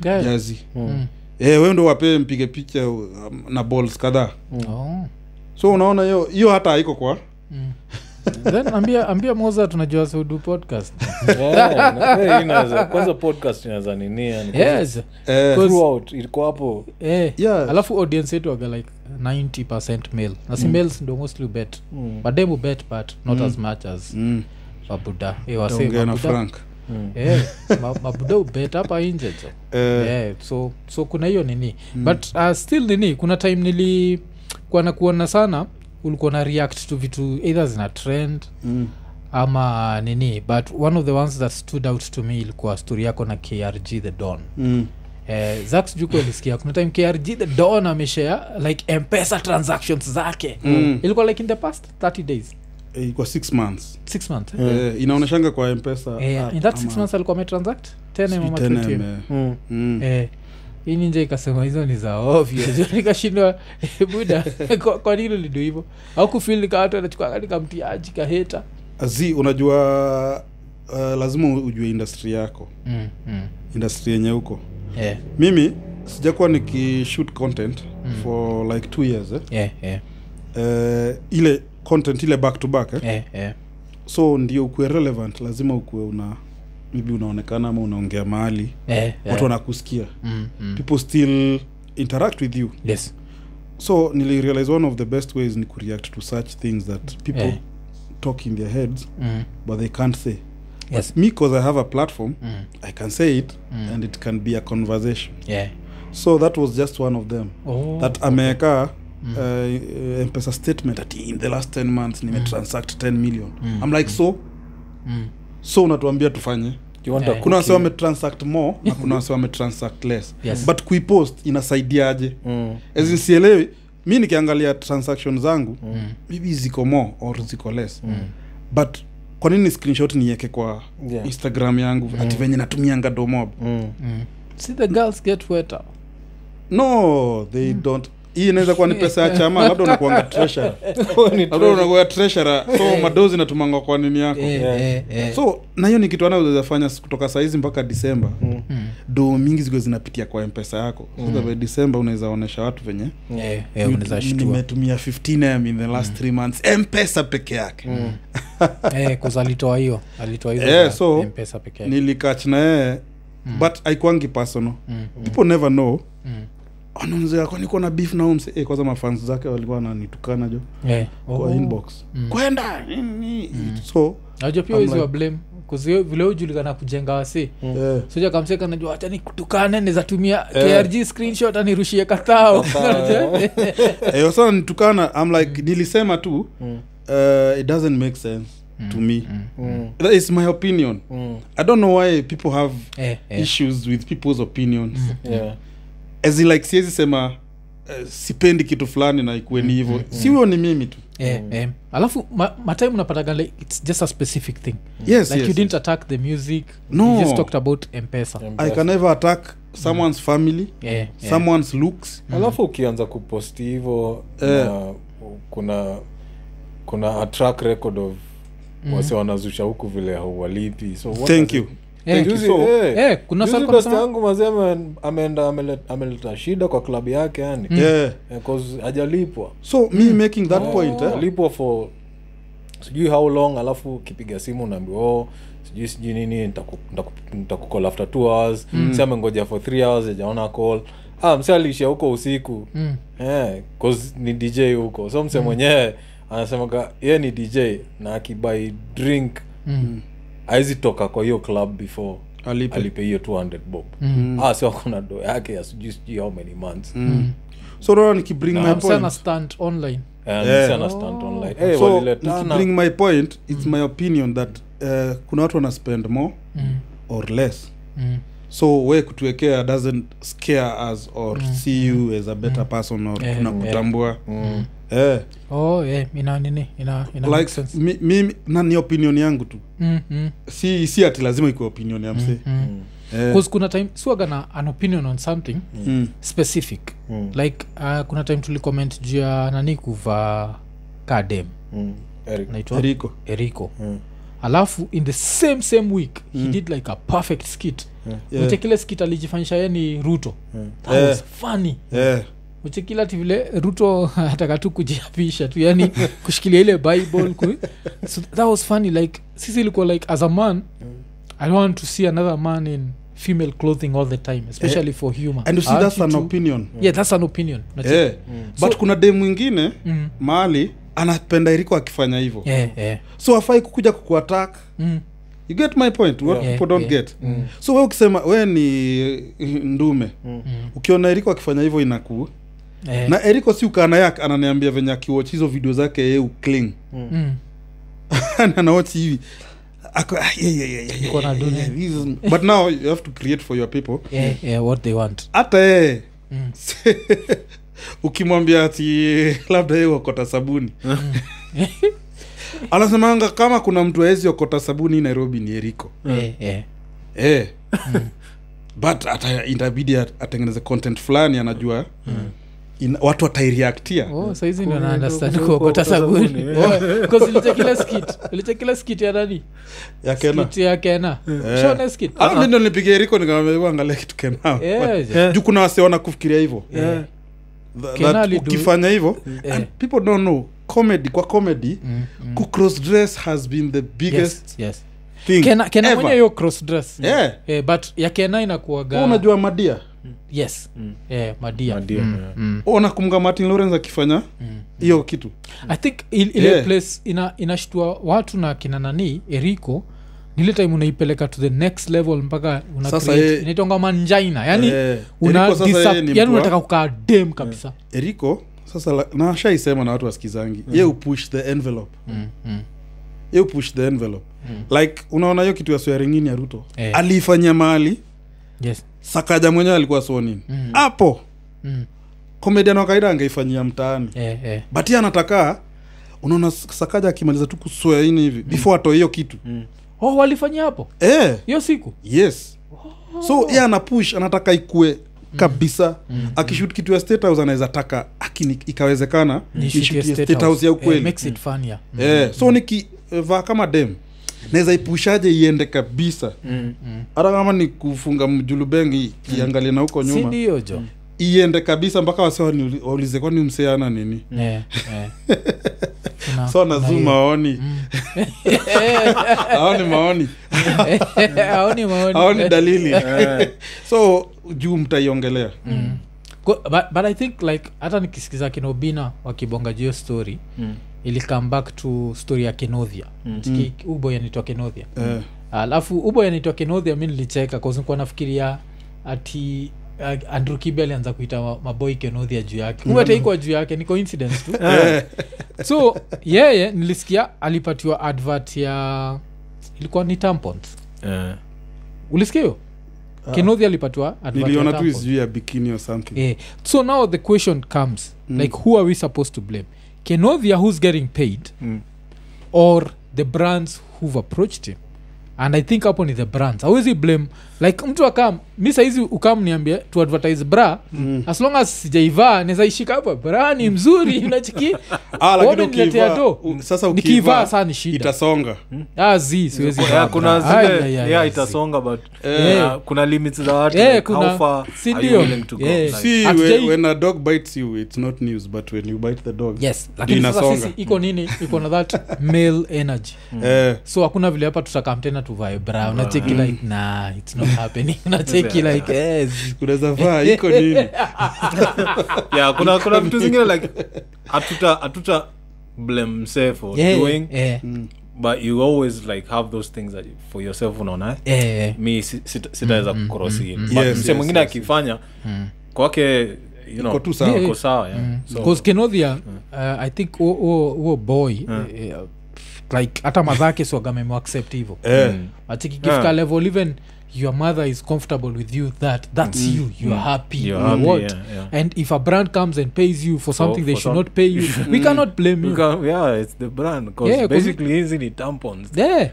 Yeah.
jazi
Mm.
eh, we ndo wapee mpige picha um, na balls kadhaa
Oh.
so unaona hiyo hiyo hata haiko kwa
Mm. then ambia, ambia moza tunajua siudu podcast
[laughs]
[laughs] Yeah, na- eh, inaweza- kwanza podcast inaweza ninia ni
yes
eh,
Because-
throughout ilikuwa hapo
Eh,
Yeah.
alafu audience yetu waga like 90 male na
Mm.
si males ndo mostly ubet
Mm.
but them ubet but not as much as
mm,
mabuda
taongea na frank
Eh, mabuda ubet hapa inje jo
eh, Hmm.
yeah, so so kuna hiyo nini but uh, still nini kuna time nili kwa na kuona sana ulikuwa na react to vitu either zina trend
mm,
ama nini but one of the ones that stood out to me ilikuwa story yako na krg the don
mm,
eh, zak sijuu kuelisikia kuna time krg the don ameshare like mpesa transactions zake
Mm.
ilikuwa like in the past 30 days
eh, kwa six months
six months eh?
eh, inaoneshanga kwa mpesa
Eh,
app
in that six
Ah, ama
months alikuwa ametransact 10 ama
sijui
20
10
mm.
mm,
Mm.
mm.
eh, hii ninja ikasema hizo ni za ovyo [laughs] nikashindwa Eh, buda [laughs] kwa- kwa nini ulidu hivo au kufil nikawatu anachukua katika mtiaji kaheta
Azi, unajua uh, lazima ujue industry yako
mm, mm.
industry yenye huko
yeah,
mimi sijakuwa nikishoot content
Mm.
for like two years eh?
yeah, yeah,
Eh, ile content ile back to back eh?
yeah, yeah.
so ndio ukuwe relevant lazima ukuwe una maybe unaonekana ama unaongea mahali
Eh, eh.
watu wanakusikia
Mm, mm.
people still interact with you
Yes.
so nilirealize one of the best ways ni kureact to such things that people
Eh.
talk in their heads
Mm.
but they can't say
Yes.
me because i have a platform
Mm.
i can say it
Mm.
and it can be a conversation
Yeah.
so that was just one of them
Oh.
that ameeka
Mm.
uh, mpesa statement that in the last 10 months nimetransact 10 million
Mm.
i'm like so
Mm.
so unatuambia tufanye
you want a
Eh.
kuna wase
cookie?
wametransact more na kuna wase wametransact less
Yes.
but kuipost inasaidiaje
Mm.
As in sielewi mi nikiangalia transaction zangu
Mm.
maybe ziko more or ziko less
Mm.
but kwa nini screenshot nieke kwa
Yeah.
instagram yangu ati venye natumianga domob
Mm.
Mm. See the girls get wetter.
no they don't hii inaweza kuwa ni pesa ya chama labda unakuanga treasure labda unakuwa treasure so madozi natumanga kwa nini yako
Eh,
Yeah.
eh, eh.
so na hiyo ni kitu anaweza fanya kutoka saizi mpaka disemba
Mm.
Mm.
doo mingi zikuwa zinapitia kwa mpesa yako mm. so by disemba unaweza onesha watu venye
Eh, eh, unaweza shtua
nimetumia 15m in the last mm. three months mpesa peke yake mm.
Eh, 'cause alitoa hiyo [laughs] alitoa hizo
Eh,
za
so,
mpesa peke yake.
nilikach na yeye mm. but aikwangi personal mm. people never know
Mm.
anaonzea kwani kona beef na umse eh, kwanza mafans zake walikuwa ananitukana jo
Eh,
kwa
oh.
inbox kwenda nini so
najua pia
I'm
wezi
like-
wa blame kuzio vile hujulikana kujenga wasi
eh,
soja kamseka najua hata nikutukane nizatumia krg screenshot anirushie
[laughs]
katao [laughs]
eh, sana nitukana am like nilisema tu uh, it doesn't make sense to me
Mm.
that is my opinion
Mm.
i don't know why people have
Eh, eh.
issues with people's opinions
Yeah.
as in like siwezi sema eh, sipendi kitu fulani na ikuwe
Mm,
ni hivyo si huyo ni mimi tu
Eh, eh. alafu ma- matime unapataga like, its just a specific thing
yes,
like you
yes.
didn't attack the music you
No.
just talked about mpesa yeah,
i can never attack someone's family
yeah.
someone's looks
Mm-hmm. alafu ukianza kuposti hivo
Eh.
na kuna kuna a track record of wase wanazusha huku vile hauwalipi so what
Mm-hmm. thank
does it-
you
Eh,
Juzi,
you. So,
eh,
eh, kuna
juzi
swali kwa
besti
nasema-
yangu mazee ame- ameenda amele- ameleta shida kwa klabu yake yani
Mm-hmm. yeah.
Eh, 'cause hajalipwa
so me
Mm.
making
Oh,
that point eh?
alipwa for sijui how long alafu ukipiga simu unaambiwa oh, sijui sijui nini nitaku- nitaku- nitakukol after two hours mm. si amengoja for three hours ajaona call ah, msi aliishia huko usiku
Mm.
eh, 'cause ni dj huko so mse mwenyewe anasemaga ye ni dj na akibai drink
Mm.
hawezi toka kwa hiyo club before
Alipe.
alipe hiyo 200 bob
Mm.
ah, si wako na do yake ya sijui sijui how many months mm.
so naona nikibring my
Msee ana
point
stand online
Yeah.
online eh,
so
waliletana Mm.
nikibring my point its my opinion that eh, kuna watu wana spend more
mm.
or less
Mm.
so we kutuwekea doesn't scare us or see you as a better person or
Mm. Eh,
kuna
eh.
kutambua eh.
oh, yeah. ina nini ina, ina make
like
sense.
mi- mimi na ni opinion yangu tu
Mm, mm.
si si ati lazima ikuwe opinion ya msee Eh,
'Cause kuna time siwaga na an opinion on something
mm,
specific
Mm.
like uh, kuna time tulicomment juu ya nani kuvaa kadem
Mm. Eric.
naitwa
Eriko.
erico
Mm.
alafu in the same same week mm. he did like a perfect skit
Mm. Yeah. Mm.
uchekile skit alijifanyisha ye ni ruto that
Yeah.
was funny
Eh,
uchekila ti vile ruto [laughs] ataka tu kujiapisha tu
[laughs]
yani kushikilia ile bible ku, so that was funny like sisi ilikuwa like as a man
Mm.
i don't want to see another man in female clothing all the time especially for humor
Eh. and you see
I want
that's an
to-
opinion
yeah that's an opinion Unacheki?
Eh, but kuna dem mwingine
Mm.
mahali anapenda iriko akifanya hivyo
yeah, yeah.
so afai kukuja kukuattack
Mm.
you get my point what
Yeah.
people don't
Yeah. Mm.
get so we ukisema we ni eh, ndume
Mm.
ukiona eriko akifanya hivyo inakuu
Eh.
na eriko si ukaana yak ananiambia [laughs] venye akiwatch hizo video zake ye ukling
Mm.
anawochi hivi ako, ah, yeah, yeah, yeah, yeah,
Niko na
yeah, yeah,
dunia.
yeah, this is- but now you have to create for your people
yeah, yeah, what they want
hata yeye
Mm.
[laughs] ukimwambia ati [laughs] labda yeye wakota sabuni
Mm.
[laughs] anasemanga kama kuna mtu awezi okota sabuni nairobi ni eriko
yeah, yeah.
eh.
Mm.
[laughs] but ata itabidi at- atengeneze content fulani anajua ina, watu wataireactia
Mm. Oh, saizi ndio
Kuna
na understand
ndio
kuokota
kuokota sabuni,
sabuni
yeah.
ulichekila skit ulichekila skit ya nani
ya kena
skit ya kena
Yeah.
shona skit
hata mi Ah, ndo nilipiga eriko nikaangalia kitu kenao
Ah, Yeah, yeah.
Yeah.
juu kuna wase wana kufikiria hivyo
Yeah.
Tha-
Kena
that
alidu-
ukifanya hivyo
Eh.
and people don't know comedy kwa comedy
Mm, mm.
kucross dress has been the biggest
Ah, Yes, yes.
thing
kena, kena
ever.
mwenye hiyo cross dress
Yeah.
Eh, but ya kena inakuaga
Wewe unajua madia
yes Eh, madia
Madia,
Mm,
yeah.
mm.
unakumbuka martin lawrence akifanya hiyo kitu
i think il, ile
Yeah.
place ina, inashtua watu na kina nani eriko nile time unaipeleka to the next level mpaka una
Sasa
create-
yeye-
inaitwanga manjaina yani
Eh,
una
Eriko sasa
disap-
yeye ni
yani
mtu wa-
unataka kukaa dem kabisa
eriko sasa la- na ashaisema na watu wasikizangi ye upush the envelope
Mm, mm.
ye upush the envelope like unaona hiyo kitu ya swearingini ya ruto
Eh.
aliifanyia mahali
yes
sakaja mwenyewe alikuwa sonini
Mm.
hapo
Mm.
komedian wa kawaida angeifanyia mtaani
Eh, eh.
but ye anataka unaona sakaja akimaliza tu kusweaini hivi
Mm.
before atoe hiyo kitu
oh walifanya hapo
eh.
hiyo siku
yes
Oh.
so ye anapush anataka ikue kabisa mm. akishut kitu ya state house anaweza taka akini ikawezekana
Nishutie
ishutie
State
state
House.
house ya
Eh,
ukweli
makes it funnier. Mm.
eh, so nikivaa kama dem naweza ipushaje iende kabisa
Mm.
hata kama ni kufunga mjulubengi iangalie na huko
Mm. si
nyuma Mm.
ndio jo
iende kabisa mpaka wase waniuli- waulize kwani mseana nini
Eh, eh. Kuna-
[laughs] so
kuna
nazuu
Ah, hiyo. Mm.
maoni aoni maoni
[laughs] Haoni maoni. [laughs]
aoni dalili
Eh.
so juu mtaiongelea
Mm. Ko- but, but i think like hata nikisikiza kinobina wakibonga juu hiyo story ili come back to story ya kenodhia mm. uboy anaitwa kenodhia
Eh.
alafu uboy anaitwa kenodhia mi nilicheka kaznikuwa nafikiria ati uh, andrew kibe alianza kuita ma- maboi kenodhia juu yake kumbe
Mm.
ataikwa juu yake ni coincidence tu
[laughs] Eh.
so yeye nilisikia alipatiwa advert ya ilikuwa ni tampons ulisikia hiyo kenodhi alipatiwa advert
Ah. niliona
ya
tu
tampons.
sijuu ya bikini or something
Eh, so now the question comes
Mm.
like who are we supposed to blame kenodhia who's getting paid
Mm.
or the brands who've approached him and i think hapo ni the brands awezi blame like mtu akam mi saizi ukam niambie to advertise bra mm. as long as sijaivaa nezaishika hapa bra
Mm.
ni mzuri [laughs] unachiki
Ah, lakini
Wewe umeniletea
ukivaa-
do.
u- sasa
nikivaa
ukivaa
saa ni shida
itasonga
Ah, zi, siwezi
Yeah,
vaa
Eh, kuna
bra. Ai,
zile
ai, ai,
yeah,
ai, zi.
itasonga but
Eh.
uh, kuna limits za watu
Eh,
like,
kuna-
how far
si
are you
ndio?
willing to go?
Eh.
Like,
see
Hatujai-
when, when a dog bites you it's not news but when you bite the dog
yes lakini
Ndio
sasa
inasonga.
sisi Hmm. iko nini iko na
[laughs]
that male energy
Mm.
eh,
so hakuna vile hapa tutakam tena tuvae
Ah.
bra unacheki
Mm.
like na its not
[laughs]
happening unacheki like eh, yes.
unaweza vaa iko
[laughs]
nini
yeah, kuna [laughs] kuna vitu zingine like hatuta hatuta blame msee for
Yeah,
doing Mm.
eh,
but you always like have those things that you- for yourself unaona eh?
eh,
mi si- sit- sitaweza
Mm-hmm.
kukrosi hili But
Yes,
msee
yes,
mwingine
yes,
akifanya
Mm.
kwake you know,
Iko tu sawa.
iko sawa yeah. so,
bcause kenodhia uh, i think huo- huo huo boy eh, eh, like hata madhake swagamemwaccept hivo
eh,
Hmm, atikikifika
Yeah.
level even your mother is comfortable with you that that's you you are happy you
Mm. You're
are
happy,
what
yeah, yeah.
and if a brand comes and pays you for something they
for
should
some- Mm.
not pay
[laughs]
you we cannot blame you
Because, yeah, it's the brand 'cause
Yeah, 'cause
basically hizi ni tampons
there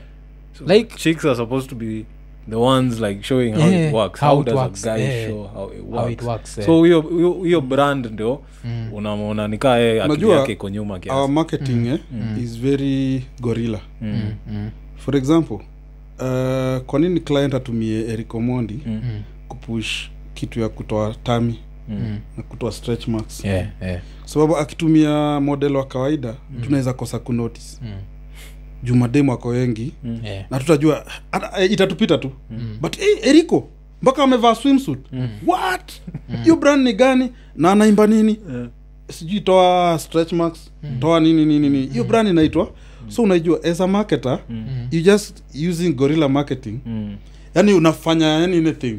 So
Like-
chicks are supposed to be the ones like showing how
Yeah,
it works.
how
How,
it
does
works,
a guy
yeah.
show how it works?
How it works, yeah. Mm.
So hiyo hiyo- hiyo brand ndio unamwona nikaa yeye akili
Unajua,
yake iko nyuma
our
kiasi.
marketing
Hmm.
eh, is very gorilla
Mm.
for example uh, kwa nini client atumie ericomondi
Mm.
kupush kitu ya kutoa tami
Mm.
na kutoa stretch marks
yeah, yeah.
sababu akitumia model wa kawaida tunaweza kosa kunotice
Mm.
juu mademu wako wengi
Mm.
Yeah.
na tutajua ata- eh, itatupita tu mm. but eh, eriko mpaka amevaa swimsuit mm. what hiyo brand ni gani na anaimba nini
Yeah.
sijui toa stretch marks toa nini nini nini hiyo brand inaitwa so unaijua as a marketer
Mm.
you just using gorilla marketing
Mm.
yani Yaani unafanya
Mm.
yani anything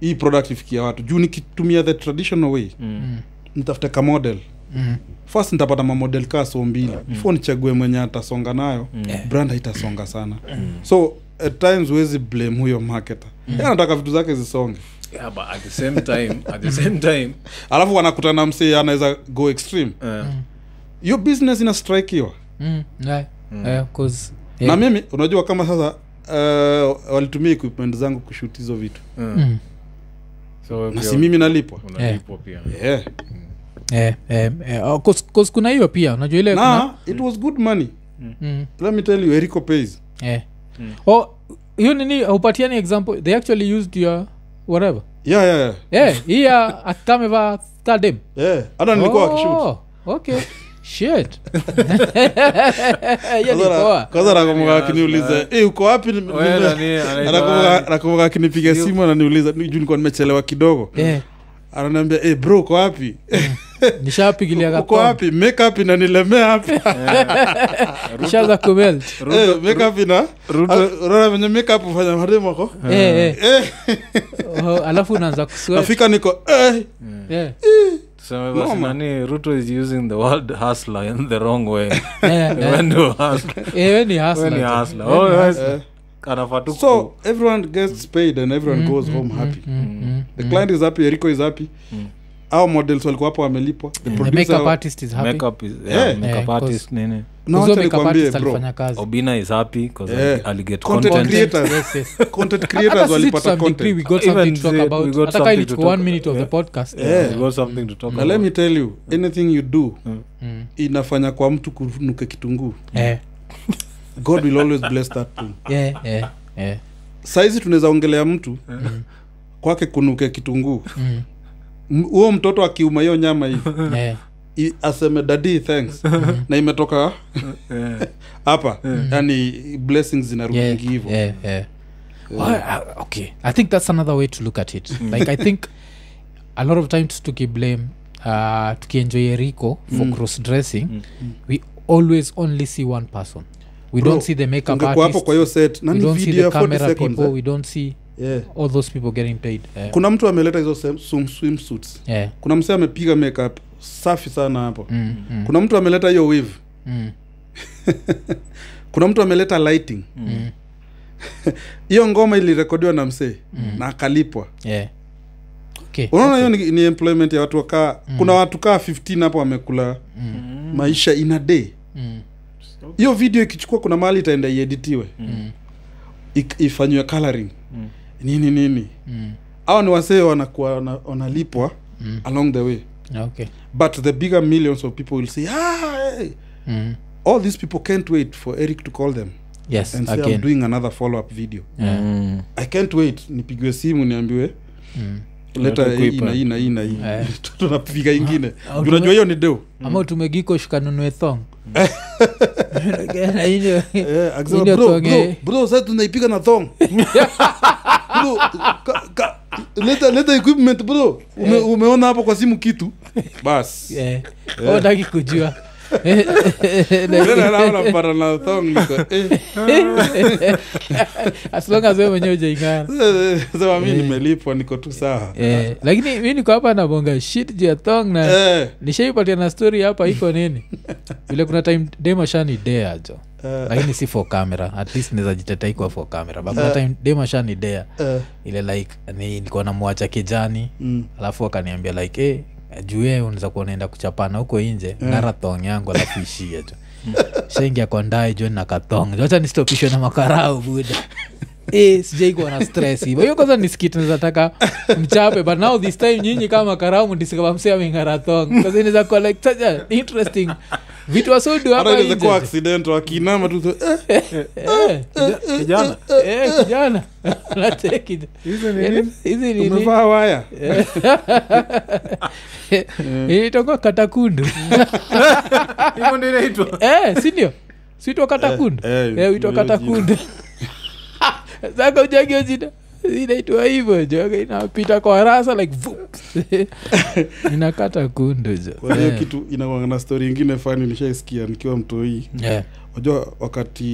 hii product ifikia watu juu nikitumia the traditional way
Mm.
nitafute ka model
mm.
first nitapata mamodel kaa so mbili before nichague mwenye atasonga nayo brand haitasonga sana so at times huwezi blame huyo marketer Yeye anataka vitu zake zisonge
yeah, but at the same time at the same
[laughs]
time
alafu wanakutana msee anaweza go extreme
uh,
hiyo business inastrikiwa
Mm, yeah, yeah, 'cause,
na
yeah.
mimi unajua kama sasa uh, walitumia equipment zangu kushuti hizo vitu
Mm,
so
na
pia
si mimi nalipwa
unalipwa pia
yeah.
yeah, yeah, yeah. Oh, 'cause- 'cause kuna hiyo pia unajua ile kuna-
na it was good money
Mm,
let me tell you erico pays
yeah. Oh, hiyo nini haupatiani example they actually used your whatever
yeah, yeah, yeah.
yeah, hii ya akamevaa kadem
yeah. hata nilikuwa wakishoot.
Oh, okay shit hiyo ni poa.
kwanza nakumbuka akiniuliza "Eh, uko wapi Ni-
Yaani Wewe
nime-
nani, anaitwa
Nakumbuka-
nani?
nakumbuka akinipiga simu ananiuliza juu nilikuwa nimechelewa kidogo
Eh,
ananiambia "Eh, bro uko wapi
nishapigilia
[laughs] uko
kakoma.
wapi makeup inanilemea
[laughs]
hapa
Nishaanza kumelt.
[laughs] Eh, makeup ina Ah, unaona venye makeup hufanya maremo ako
Eh, eh.
Eh, [laughs]
Oh, alafu unaanza kusweat.
nafika niko eh,
Eh,
tuseme basi
Noma.
nani ruto is using the word hustler in the wrong way
[laughs]
eh, eh.
wendo hustler
Eh, we ni hustler
[laughs]
Eh?
Wewe ni
tu.
hustler.
We ni
Oh,
hustler.
yes. Anafaa tu
so everyone gets paid and everyone
Mm-hmm,
goes home happy
Mm,
the client is happy erico is happy au models walikuwa hapo wamelipwa the
the
producer-
makeup artist is
ku-
happy.
makeup is-
Yeah.
yeah, makeup
Yeah,
artist nini
Na
Huyo
wacha
makeup
nikwambie,
artist
bro,
alifanya kazi.
obina is happy because
Yeah.
I'll, I'll get
Content
content,
creator. Creators.
Yes, yes. [laughs]
[laughs] content
Hata
creators
sisi to
walipata
some degree we
content
got something
Even
to talk
the- we
about.
got
Hata
something
ili
to
tuko
talk
one minute of the
about.
podcast.
Yeah.
We got something to talk
na let
about.
me tell you anything you do
Mm.
inafanya kwa mtu kunuka kitunguu
Eh,
god will always bless that thing
yeah, yeah, yeah.
saizi tunaweza ongelea mtu kwake kunuke kitunguu
Mm.
M- huo mtoto akiuma hiyo nyama hivi
Eh,
i- aseme dadi thanks
Mm.
na imetoka
Yeah.
hapa yani blessings zinarudi
yeah,
nyingi hivo
yeah, yeah. Why- uh, okay i think that's another way to look at it
Mm. [laughs]
like i think a lot of times tukiblame uh, tukienjoy rico for
Mm.
cross dressing we always only see one person we
Bro,
don't see the makeup
ungekuwa hapo
artist
kwa hiyo set
we
nani
don't see the
video ya 40
camera
seconds
people
eh?
we don't see
yeah.
all those people getting paid Eh,
kuna mtu ameleta hizo sem- swim- swimsuits
eh,
kuna msee amepiga makeup safi sana hapo
mm, mm,
kuna mtu ameleta hiyo wave
mm,
[laughs] kuna mtu ameleta lighting
mm,
[laughs] hiyo ngoma ilirekodiwa na msee
Mm.
na akalipwa
yeah. okay
unaona hiyo ni, ni employment ya watu wakaa
Mm.
kuna watu kaa 15 hapo wamekula maisha in a day
mm,
hiyo video ikichukua kuna mahali itaenda ieditiwe
Mm.
Ik- ifanyiwe coloring nini nini
mm,
au ni wasee wanakuwa wana- wanalipwa
Mm.
along the way
okay
but the bigger millions of people will say ah, hey.
mm.
all these people can't wait for eric to call them
yes
and say i'm
again
doing another follow up video
Yeah.
Mm.
i can't wait nipigiwe simu niambiwe
Mm.
leta hii
Kuipa.
na hii na hii na hii [laughs]
Eh.
tunapika ingine
au
unajua
tume-
hiyo ni deo
ama utumegiko shikanunue
[laughs]
thong Ine-
Eh, akisema,
Ndio
"Bro,
tuongee."
bro, bro, sasa tunaipiga na thong [laughs] Bro, ka- ka- leta leta equipment bro Ume, umeona hapo kwa simu kitu
[laughs]
basi
Eh, wataki
[laughs]
kujua Eh,
Tena na unampata na thong, niko,
[laughs]
eh,
as long as we mwenyewe ujaingana
sema mi nimelipwa niko tu sawa
Eh, lakini mi niko hapa nabonga shit juu ya thong na
Eh,
nishaipatia na story hapa iko
[laughs]
nini vile kuna time demashani dea jo
eh,
lakini si for camera at least naweza jitetea ikuwa for camera but kuna time demashani dea
eh,
ile like ni nilikuwa namwacha kijani
mm.
alafu akaniambia like hey, juu yeye unaweza kuwa unaenda kuchapana huko inje ng'ara thong yangu alafu ishie
[laughs]
tu
Mm.
shaingia kwa ndae joni na kathong wacha nistopishwe na makarau
[laughs]
buda Eh, sijaikuwa na stress hivo hiyo kwanza niskiti nataka mchape but now this time nyinyi kama makarau mdisikapa msea mengarathong inaweza kuwa like such an interesting vitu wasudu
hata
hapa
inaweza kuwa
inje
accident wakiinama tu so, eh,
Eh,
Kija- kijana
eh, kijana [laughs] Unacheki.
hizo ni nini
Yaani, hizi ni- ni
umevaa waya
Eh. [laughs] itoka Eh, katakundu [laughs]
hivyo ndio inaitwa
eh, sindio sitwa katakundu
Eh, eh,
eh, uitwa
hiyo
katakundu [laughs] saka ujagio jina inaitwa hivyo jo inapita kwa rasa like vup. [laughs] inakata kundu jo
kwa hiyo
Eh,
kitu inakuangana story ingine fani nishaisikia nikiwa mtoii
eh,
unajua wakati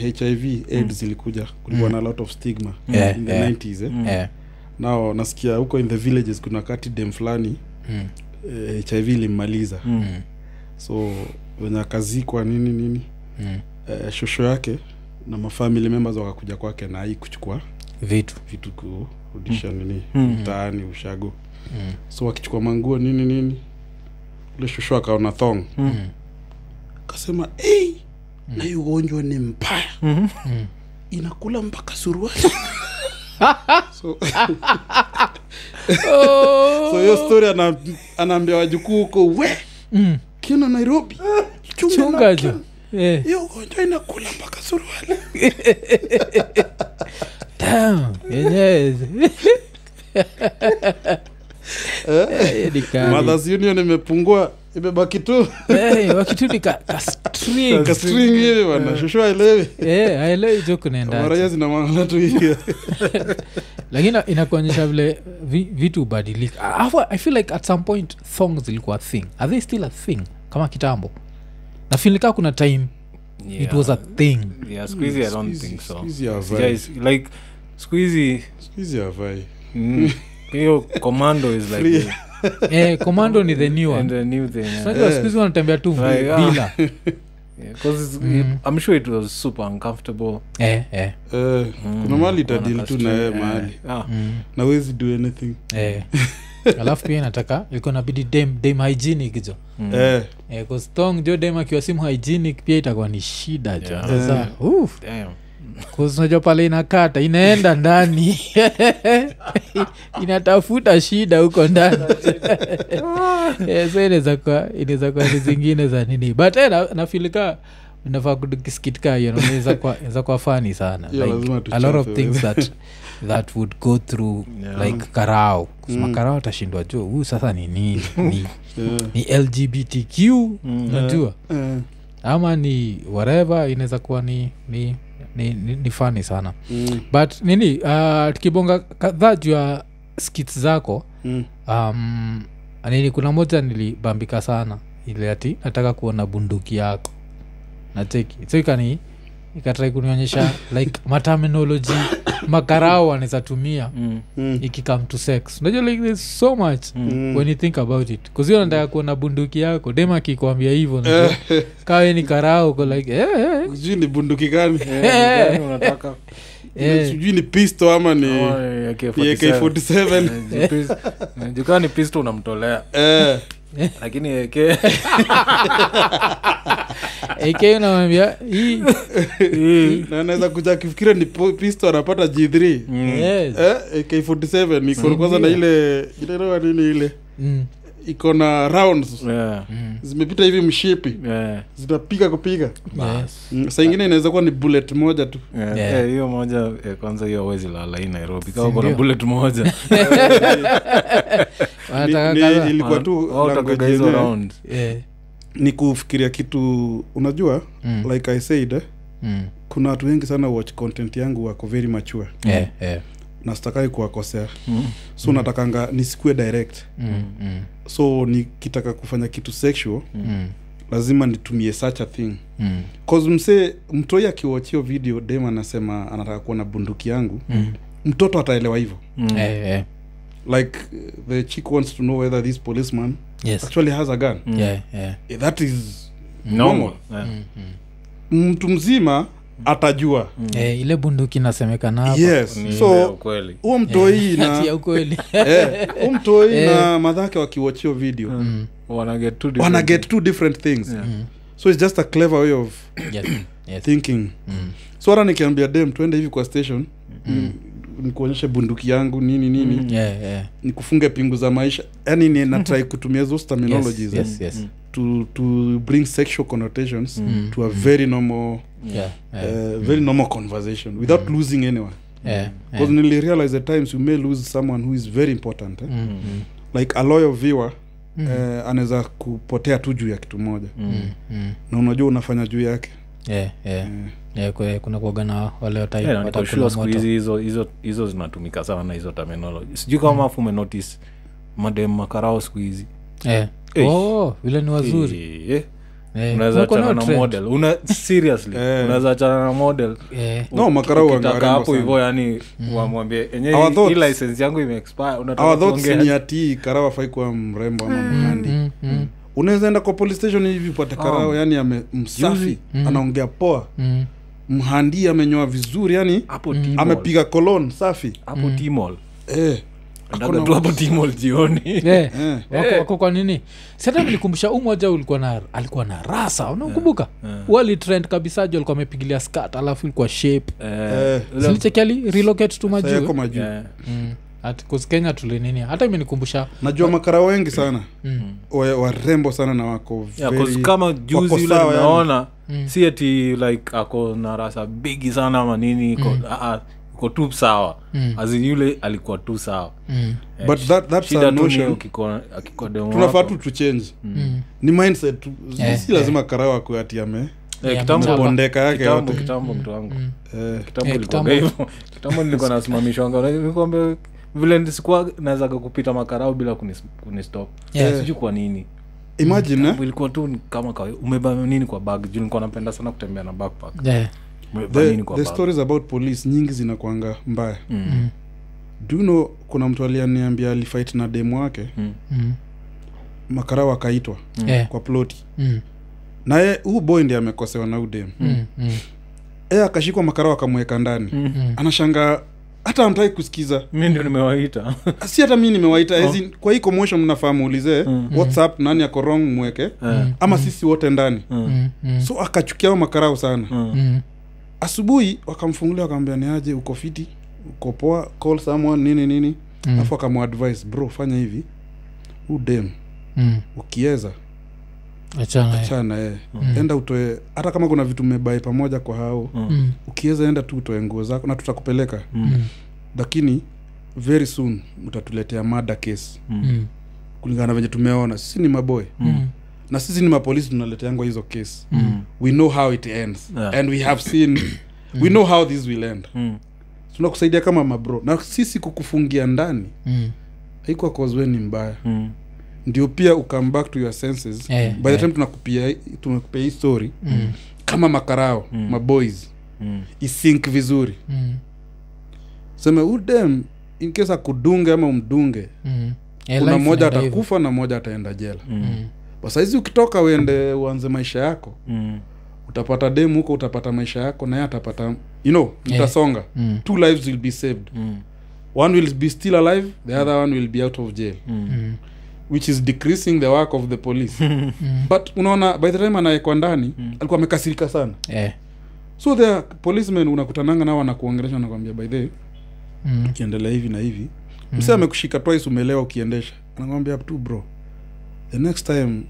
hiv
Mm.
aids ilikuja kulikuwa na a lot of stigma
Yeah,
in the
yeah.
90s eh?
eh,
nao nasikia huko in the villages kuna kati dem fulani
mm,
eh, hiv ilimmaliza
Mm.
so wenye akazikwa nini nini
Mm.
eh, shosho yake na mafamili members wakakuja kwake na hii kuchukua [laughs]
vitu
vitu kurudisha nini
Mm.
mtaani ushago
Mm.
so wakichukua manguo nini nini ule shosho akaona thong
Mm.
akasema hey, na hii ugonjwa ni mbaya
Mhm.
inakula mpaka suruali so
Oh,
so hiyo story ana- anaambia wajukuu huko we
Mm.
kina nairobi Chunga na
chungajo
kina."
Eh.
hiyo ugonjwa inakula mpaka suruali mothers union imepungua imebaki tu
yenyewewakitunikaelewi
kastring hivi bana shushu aelewi
jo kunaenda
maraia zinamwangala tu hivi
lakini inakuonyesha vile vi, vitu hubadilika Alafu, i feel like at some point thongs zilikuwa thing are they still a thing kama kitambo nafilika kuna time
yeah.
it was a thing
yeah, squeezy, I don't
Squeezy-
think so.
squeezy havai.
Guys, like squeezy,
Siku hizi havai
mm, hiyo commando is like
Free.
the-
eh, commando ni the new
and
one
the new thing. yeah.
unajua siku hizi wanatembea tu
Like, ah.
bila
Yeah, 'cause it's- it-
Mm.
I'm sure it was super uncomfortable.
eh, eh,
Eh, kuna mahali itadili tu
Wanaka-
na yeye
yeah.
mahali
Ah,
Mm.
na wezi do anything
eh. alafu pia inataka ilikuwa inabidi dem dem hygienic jo
Eh,
eh, 'cause thong jo dem akiwa simu hygienic pia itakuwa ni shida jo
Yeah.
sasa uff,
damn.
'cause unajua pale inakata inaenda ndani [laughs] inatafuta shida huko ndani [laughs] Eh, so inaweza kuwa inaweza kuwa ni zingine za nini but eh, na- nafilika nafaa kusikitikaa hiyo naona inaweza kuwa- inaweza kuwa fani sana
Yeah, lazima
a lot of
tuchafe.
things that that would go through
Yeah.
like karao kusema
Mm.
karao atashindwa jo huu sasa ni
[laughs]
nini ni,
eh,
ni lgbtq najua
eh,
ama ni whatever inaweza kuwa ni ni ni, ni, ni fani sana
mm,
but nini uh, tukibonga kadhaa juu ya skits zako
mm,
um, nini kuna moja nilibambika sana ile ati nataka kuona bunduki yako nacheki so ikani ikatrai kunionyesha like materminology makarao wanaweza tumia
Mm,
mm,
ikikam to sex unajua like there's so much
mm.
when you think about it kuzio nataka kuona bunduki yako dema akikwambia hivo kawe ni karao uko like eh, eh,
sijui ni bunduki gani
Eh.
Yaani
[laughs]
unataka
eh.
sijui ni pisto ama ni
Oh, yeah, AK-
ni ak47
[laughs] AK47. Jukaa ni pisto unamtolea
Eh,
lakini AK
eke unamwambia hii
Mm.
[laughs] na anaweza kuja akifikiria ni po- pisto anapata g3
yes.
Eh, ak47 iko
Mm.
na kwanza na ile inaelewa nini ile
mm.
iko na rounds
Yeah,
zimepita hivi mshipi
Mm. yeah,
zitapiga kupiga
yes.
Mm, saa ingine inaweza kuwa ni bullet moja tu
yeah.
Yeah.
Eh, hiyo moja eh, kwanza hiyo awezi lala hii nairobi kama
Si
kuna
ndio?
bullet moja
Wanataka
Ni- ni-
kadhaa.
[laughs] ilikuwa tu
Ah.
language
Wao watakaga hizo
yenyewe.
round.
Eh.
ni kufikiria kitu unajua
Mm.
like i said eh,
Mm.
kuna watu wengi sana watch content yangu wako very mature
Eh, eh.
na sitakai kuwakosea
Mm.
so mm. natakanga nisikue direct
Mm, mm,
so nikitaka kufanya kitu sexual
mm,
lazima nitumie such a thing
mm,
cause msee mtoi akiwatch hiyo video dem anasema anataka kuwa na bunduki yangu
mm.
mtoto ataelewa hivyo
Mm.
Eh, eh.
like uh, the chick wants to know whether this policeman
Yes.
actually has a gun
Mm.
Yeah, yeah.
Eh, that is
Normal. Yeah.
Mm, mm.
mtu mzima atajua
Eh, ile bunduki inasemekana hapa.
yes
Mm. Ni ile ya
so
ukweli
huo mtoi
Ati [laughs]
[laughs]
ya
na
ukweli
Eh, huo
[laughs]
mtoi
Eh.
na madhake wakiwachio video
Mm. Wana get two different-
wana get two different things
Yeah.
so it's just a clever way of
Mm. Yes, yes.
thinking
Mm,
so hata nikiambia dem tuende hivi kwa station mm. nikuonyeshe bunduki yangu nini nini
Mm.
yeah, yeah.
nikufunge pingu za maisha Yaani yani
[laughs]
ninatrai kutumia those
Yes,
terminologies
yes, yes.
to, to bring sexual connotations
Mm.
to a very normal
Yeah, yeah,
Uh, very normal conversation without
Mm.
losing anyone
yeah,
because
yeah.
nearly realize at times you may lose someone who is very important eh?
Mm, mm,
like a loyal viewer mm. uh, anaweza kupotea tu juu ya kitu moja
Mm.
mm.
na unajua unafanya juu yake
Yeah, yeah.
Mm.
Yeah, kwe- kuna kuoga na wale watai-
Yeah, Eh, na niko
watakula
sure siku
moto
hizi hizo- hizo- hizo zinatumika sana hizo terminology sijui
Mm.
kama afu umenotice madem makarao siku hizi
Eh.
Eh.
Oh, vile ni wazuri
Eh,
Eh,
unaweza
kuko
achana
nao
na
trend.
model una
[laughs]
seriously
Eh.
unaweza achana na model
Eh,
No, makarau
Ukitaka
wanga- warembo
hapo
sana. Mm.
hivyo yani wamwambie enye
Our thoughts-
hii license yangu imeexpire unataka
our thoughts
kuongea.
ni ati karawa afai kuwa mrembo ama mnandi
mm, mm,
unaweza enda kwa police station hivi upate
Oh.
karao yani ame msafi anaongea poa
mm.
mhandi amenyoa vizuri yani
Ah.
hapo T-mall.
amepiga kolon safi
hapo T-mall.
eh.
Nataka tu hapo T-mall
[laughs]
jioni
Eh,
Eh.
wako, wako kwa nini sata nilikumbusha huu moja ulikuwa na alikuwa na rasa unakumbuka walitrend kabisa ju alikuwa amepigilia skat alafu ilikuwa shape
Eh, ule-
silichekiali relocate tu
Sasa yako
majuu
majuu
Eh,
mm. At- 'cause kenya tulinini hata imenikumbusha
najua makarao wengi sana
mm.
Wa- warembo sana na wako
yeah, 'cause
very-
kama juzi
wako
yule
sawa, yani.
tumeona
Mm.
si ati like ako na rasa bigi sana ama nini iko ah, ah, iko tu sawa
Mm.
As in yule alikuwa tu sawa
Mm.
Eh,
But that- that's
shida
a
tu ni
notion.
ukiko- akiko demu
tunafaa
wako.
tu tuchange
Mm.
ni mindset tu
Eh,
si lazima karao akwe ati ame
Eh,
Ya,
kitambo-
mchapa.
bondeka yake
kitambo
yote
kitambo mtu wangu
Eh,
kitambo
Eh, kitambo.
ilikuwaga hivyo. kitambo nilikuwa nasimamishwanga nikwambia vile sikuwa nawezaga kupita makarau bila kunis- kunistop
Yeah.
sijui kwa nini
imagine eh?
ilikuwa tu ni kama kawaida. umebeba nini kwa bag juu nilikuwa napenda sana kutembea na backpack
Yeah.
umebeba
the,
nini kwa
the
bag?
stories about police nyingi zinakwanga mbaya
Mm.
do you know kuna mtu aliyaniambia alifight na demu wake
Mm.
makarao akaitwa
Yeah.
kwa ploti
Mm.
naye huu boy ndi amekosewa na udem
Mm. Mm.
e akashikwa makarao akamweka ndani
Mm.
anashangaa hata amtaki
[laughs]
kusikiza
mi ndio nimewaita
si hata mi nimewaita
Oh.
as in, kwa hii commotion mnafaa muulize
Mm.
whatsapp nani ako wrong mweke ama sisi wote ndani
Mm. Mm.
so akachukia hao makarao sana
Mm.
asubuhi wakamfungulia wakamwambia ni aje uko fiti uko poa call someone nini nini
Mm.
alafu akamwadvise bro fanya hivi huu dem
Mm.
ukiweza
Achana, eh.
chana yeye enda utoe hata kama kuna vitu mmebai pamoja kwa hao
Mm.
ukiweza enda tu utoe nguo zako na tutakupeleka
Mm.
lakini very soon mtatuletea mada case
Mm.
kulingana na venye tumeona sisi ni maboy
Mm.
na sisi ni mapolisi tunaleteangwa hizo case
Mm.
we know how it ends
Yeah.
and we have seen we know how this will end
Mm.
tunakusaidia kama mabro na sisi kukufungia ndani
Mm.
haikuwa kozwe ni mbaya
Mm.
ndio pia ukam back to your senses
Eh,
by the
eh.
time tunakupia tunakupia hii story
Mm.
kama makarao maboys
Mm.
isink vizuri
Mm.
seme udem in case akudunge ama umdunge
Mm. Eh,
kuna
life
mmoja
inaenda hivyo.
atakufa na mmoja ataenda jela
Mm.
kwa saizi ukitoka uende uanze maisha yako
[laughs] Mm.
utapata demu huko utapata maisha yako naye atapata you
Eh.
know mtasonga
Mm.
two lives will be saved
Mm.
one will be still alive the other one will be out of jail
Mm.
which is decreasing the work of the police
mm,
but unaona by the time anawekwa ndani
Hmm.
alikuwa amekasirika sana
Eh.
so the policemen unakutananga nao wanakuongelesha nakwambia by the way,
Mm.
ukiendelea hivi na hivi
Hmm.
msee amekushika twice umelewa ukiendesha anakwambia tu bro the next time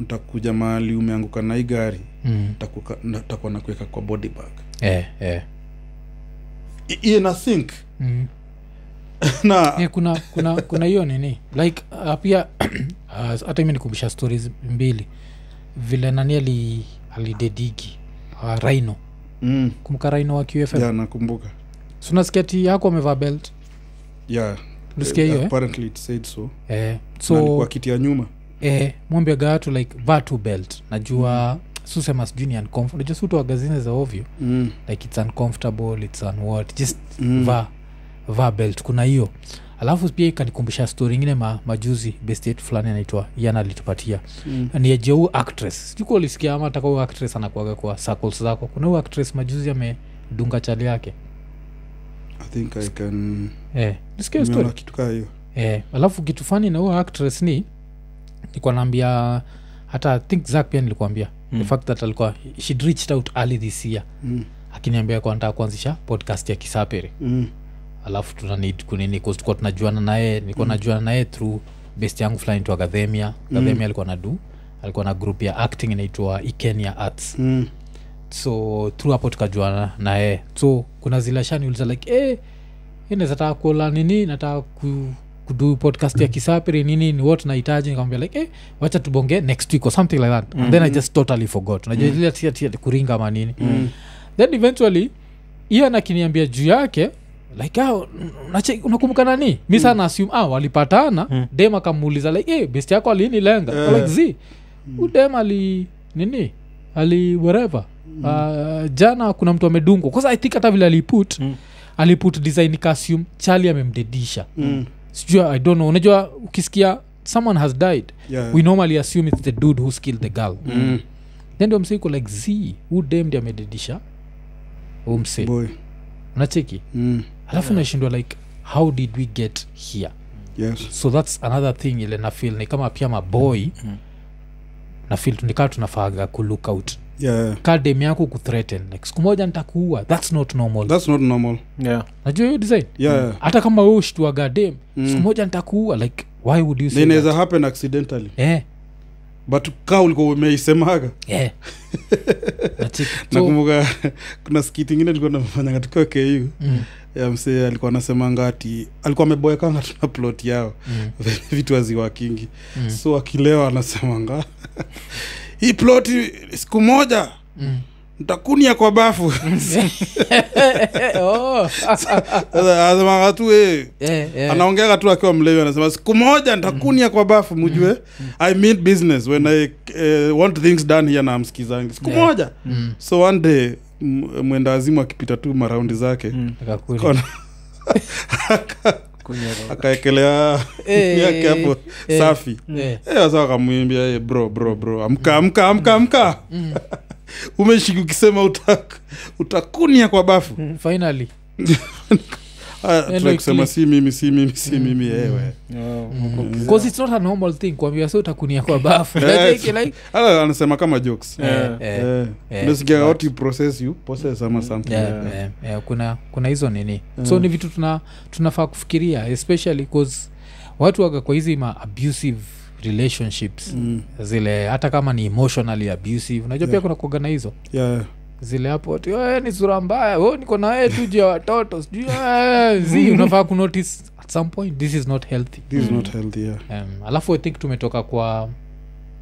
ntakuja mahali umeanguka na hii gari
Mm.
nitakuka- na- nitakuwa nakuweka kwa body bag
Eh, eh.
I- iye na sink [laughs]
Mm.
na
Eh, kuna kuna kuna hiyo nini like uh, pia [clears throat] ah, hata imi nikumbusha stories mbili vile nani ali alidedigi uh, raino
Mm,
kumka raino wa qfm
ya nakumbuka
So unasikia ti yako amevaa belt
yeah
Ulisikia hiyo, eh?
apparently it said so
eh,
Na alikuwa
so
kiti ya nyuma
eh, mwambia gatu like vaa tu belt najua susema sijui ni uncomfortable najua sutu wagazine za ovyo
mm.
like it's uncomfortable it's unwhat just mm. va va belt kuna hiyo alafu pia ikanikumbusha story ingine ma, majuzi bestate fulani anaitwa yana alitupatia mm. ni ya jeu actress sikuwa ulisikia ama taka huyu actress anakuaga kwa circles zako kuna huyu actress majuzi amedunga chali yake
i think i can
eh, ulisikia hiyo story
nimeona kitu kaa hiyo
eh, alafu kitu fani na huyo actress ni nilikuwa naambia hata I think zak pia nilikuambia mm. the fact that alikuwa she'd reached out early this year
Mm.
akiniambia kwa nataka kuanzisha podcast ya kisapere
mm.
alafu tuna need kunini 'cause tulikuwa tunajuana naye nilikuwa najuana naye through best yangu fulani tu akadhemia akadhemia alikuwa na du alikuwa na group ya acting inaitwa ikenya arts
Mm.
so through hapo tukajuana naye so kuna zile shaniuliza like eh nazataka kuola nini nataka ku kudu podcast ya kisapiri nini ni what nahitaji nikamwambia like eh, wacha tubonge next week or something like that and then i just totally forgot najua mm. kuringa ama nini then eventually ian akiniambia juu yake like ah, unache- unakumbuka nani mi sana assume ah, eh, walipatana dem akamuuliza like hey, best yako alinilenga lenga like z udem ali nini ali wherever mm. uh, jana kuna mtu amedungwa kwanza i think hata vile aliput mm. aliput design costume chali amemdedisha
Hmm.
mm. sijui i don't know unajua ukisikia someone has died
Yeah.
we normally assume it's the dude who skilled the girl
Mm.
then ndio msee iko like z who damned amededisha huu msee
boy
unacheki
mm.
alafu nashindwa like how did we get here
yes
so thats another thing ile nafil ni kama pia maboy mm. nafil tunikaa tunafaaga kulook out
yeah
kadem yako kuthreaten like siku moja nitakuua thats not normal
that's not normal
yeah.
najua hiyo design
yeah
hata kama we ushtuaga dem mm. siku moja nitakuua like why would you
na
say that?
inaweza happen accidentally
eh
but kaa ulikuwa umeisemaga
[laughs] eh Nacheki. so,
nakumbuka kuna skiti ingine tulikuwa tunafanyanga tukiwa ku mm. ya msee alikuwa anasemanga ati alikuwa ameboekanga tuna plot yao mm. [laughs] vitu waziwa kingi mm. so akilewa anasemanga [laughs] hii ploti siku moja mm ntakunia kwa bafu
[laughs] oh, [laughs]
Sasa anasemanga tu eh,
eh, eh.
anaongeaga tu akiwa mlevi anasema siku moja ntakunia kwa bafu mjue i mean business when i eh, want things done here na mskizangi siku moja
Mm.
so one day m- mwenda wazimu akipita tu maraundi zake
Mm. Nikakuli.
Kona- akaekelea
Eh,
yake hapo
eh,
safi
eh.
Eh, wasa wakamwimbia "Eh, bro bro bro amka amka amka amka
Mm.
[laughs] umeshiki ukisema utak, utakunia kwa bafu
Mm. finally
Ah, try kusema
click.
si mimi si mimi si
Mm.
mimi eh, ewe
Yeah, huko giza.
because it's not a normal thing kuambia so utakunia kwa
[laughs]
bafu Nacheki, like
Ala, Ah, anasema kama jokes
eh, eh. eh,
unasikia what you process you process ama something
Mm. Yeah,
like that.
yeah, yeah, kuna kuna hizo nini so ni vitu tuna tunafaa kufikiria especially cause watu waga kwa hizi ma abusive relationships mm. zile hata kama ni emotionally abusive unajua pia kuna kuaga na hizo
yeah.
zile hapo watu, "Eh, ni sura mbaya oh, niko na wewe tu juu ya watoto sijui eh, zi unafaa kunotice at some point this is not healthy
this is not healthy yeah.
um, alafu i think tumetoka kwa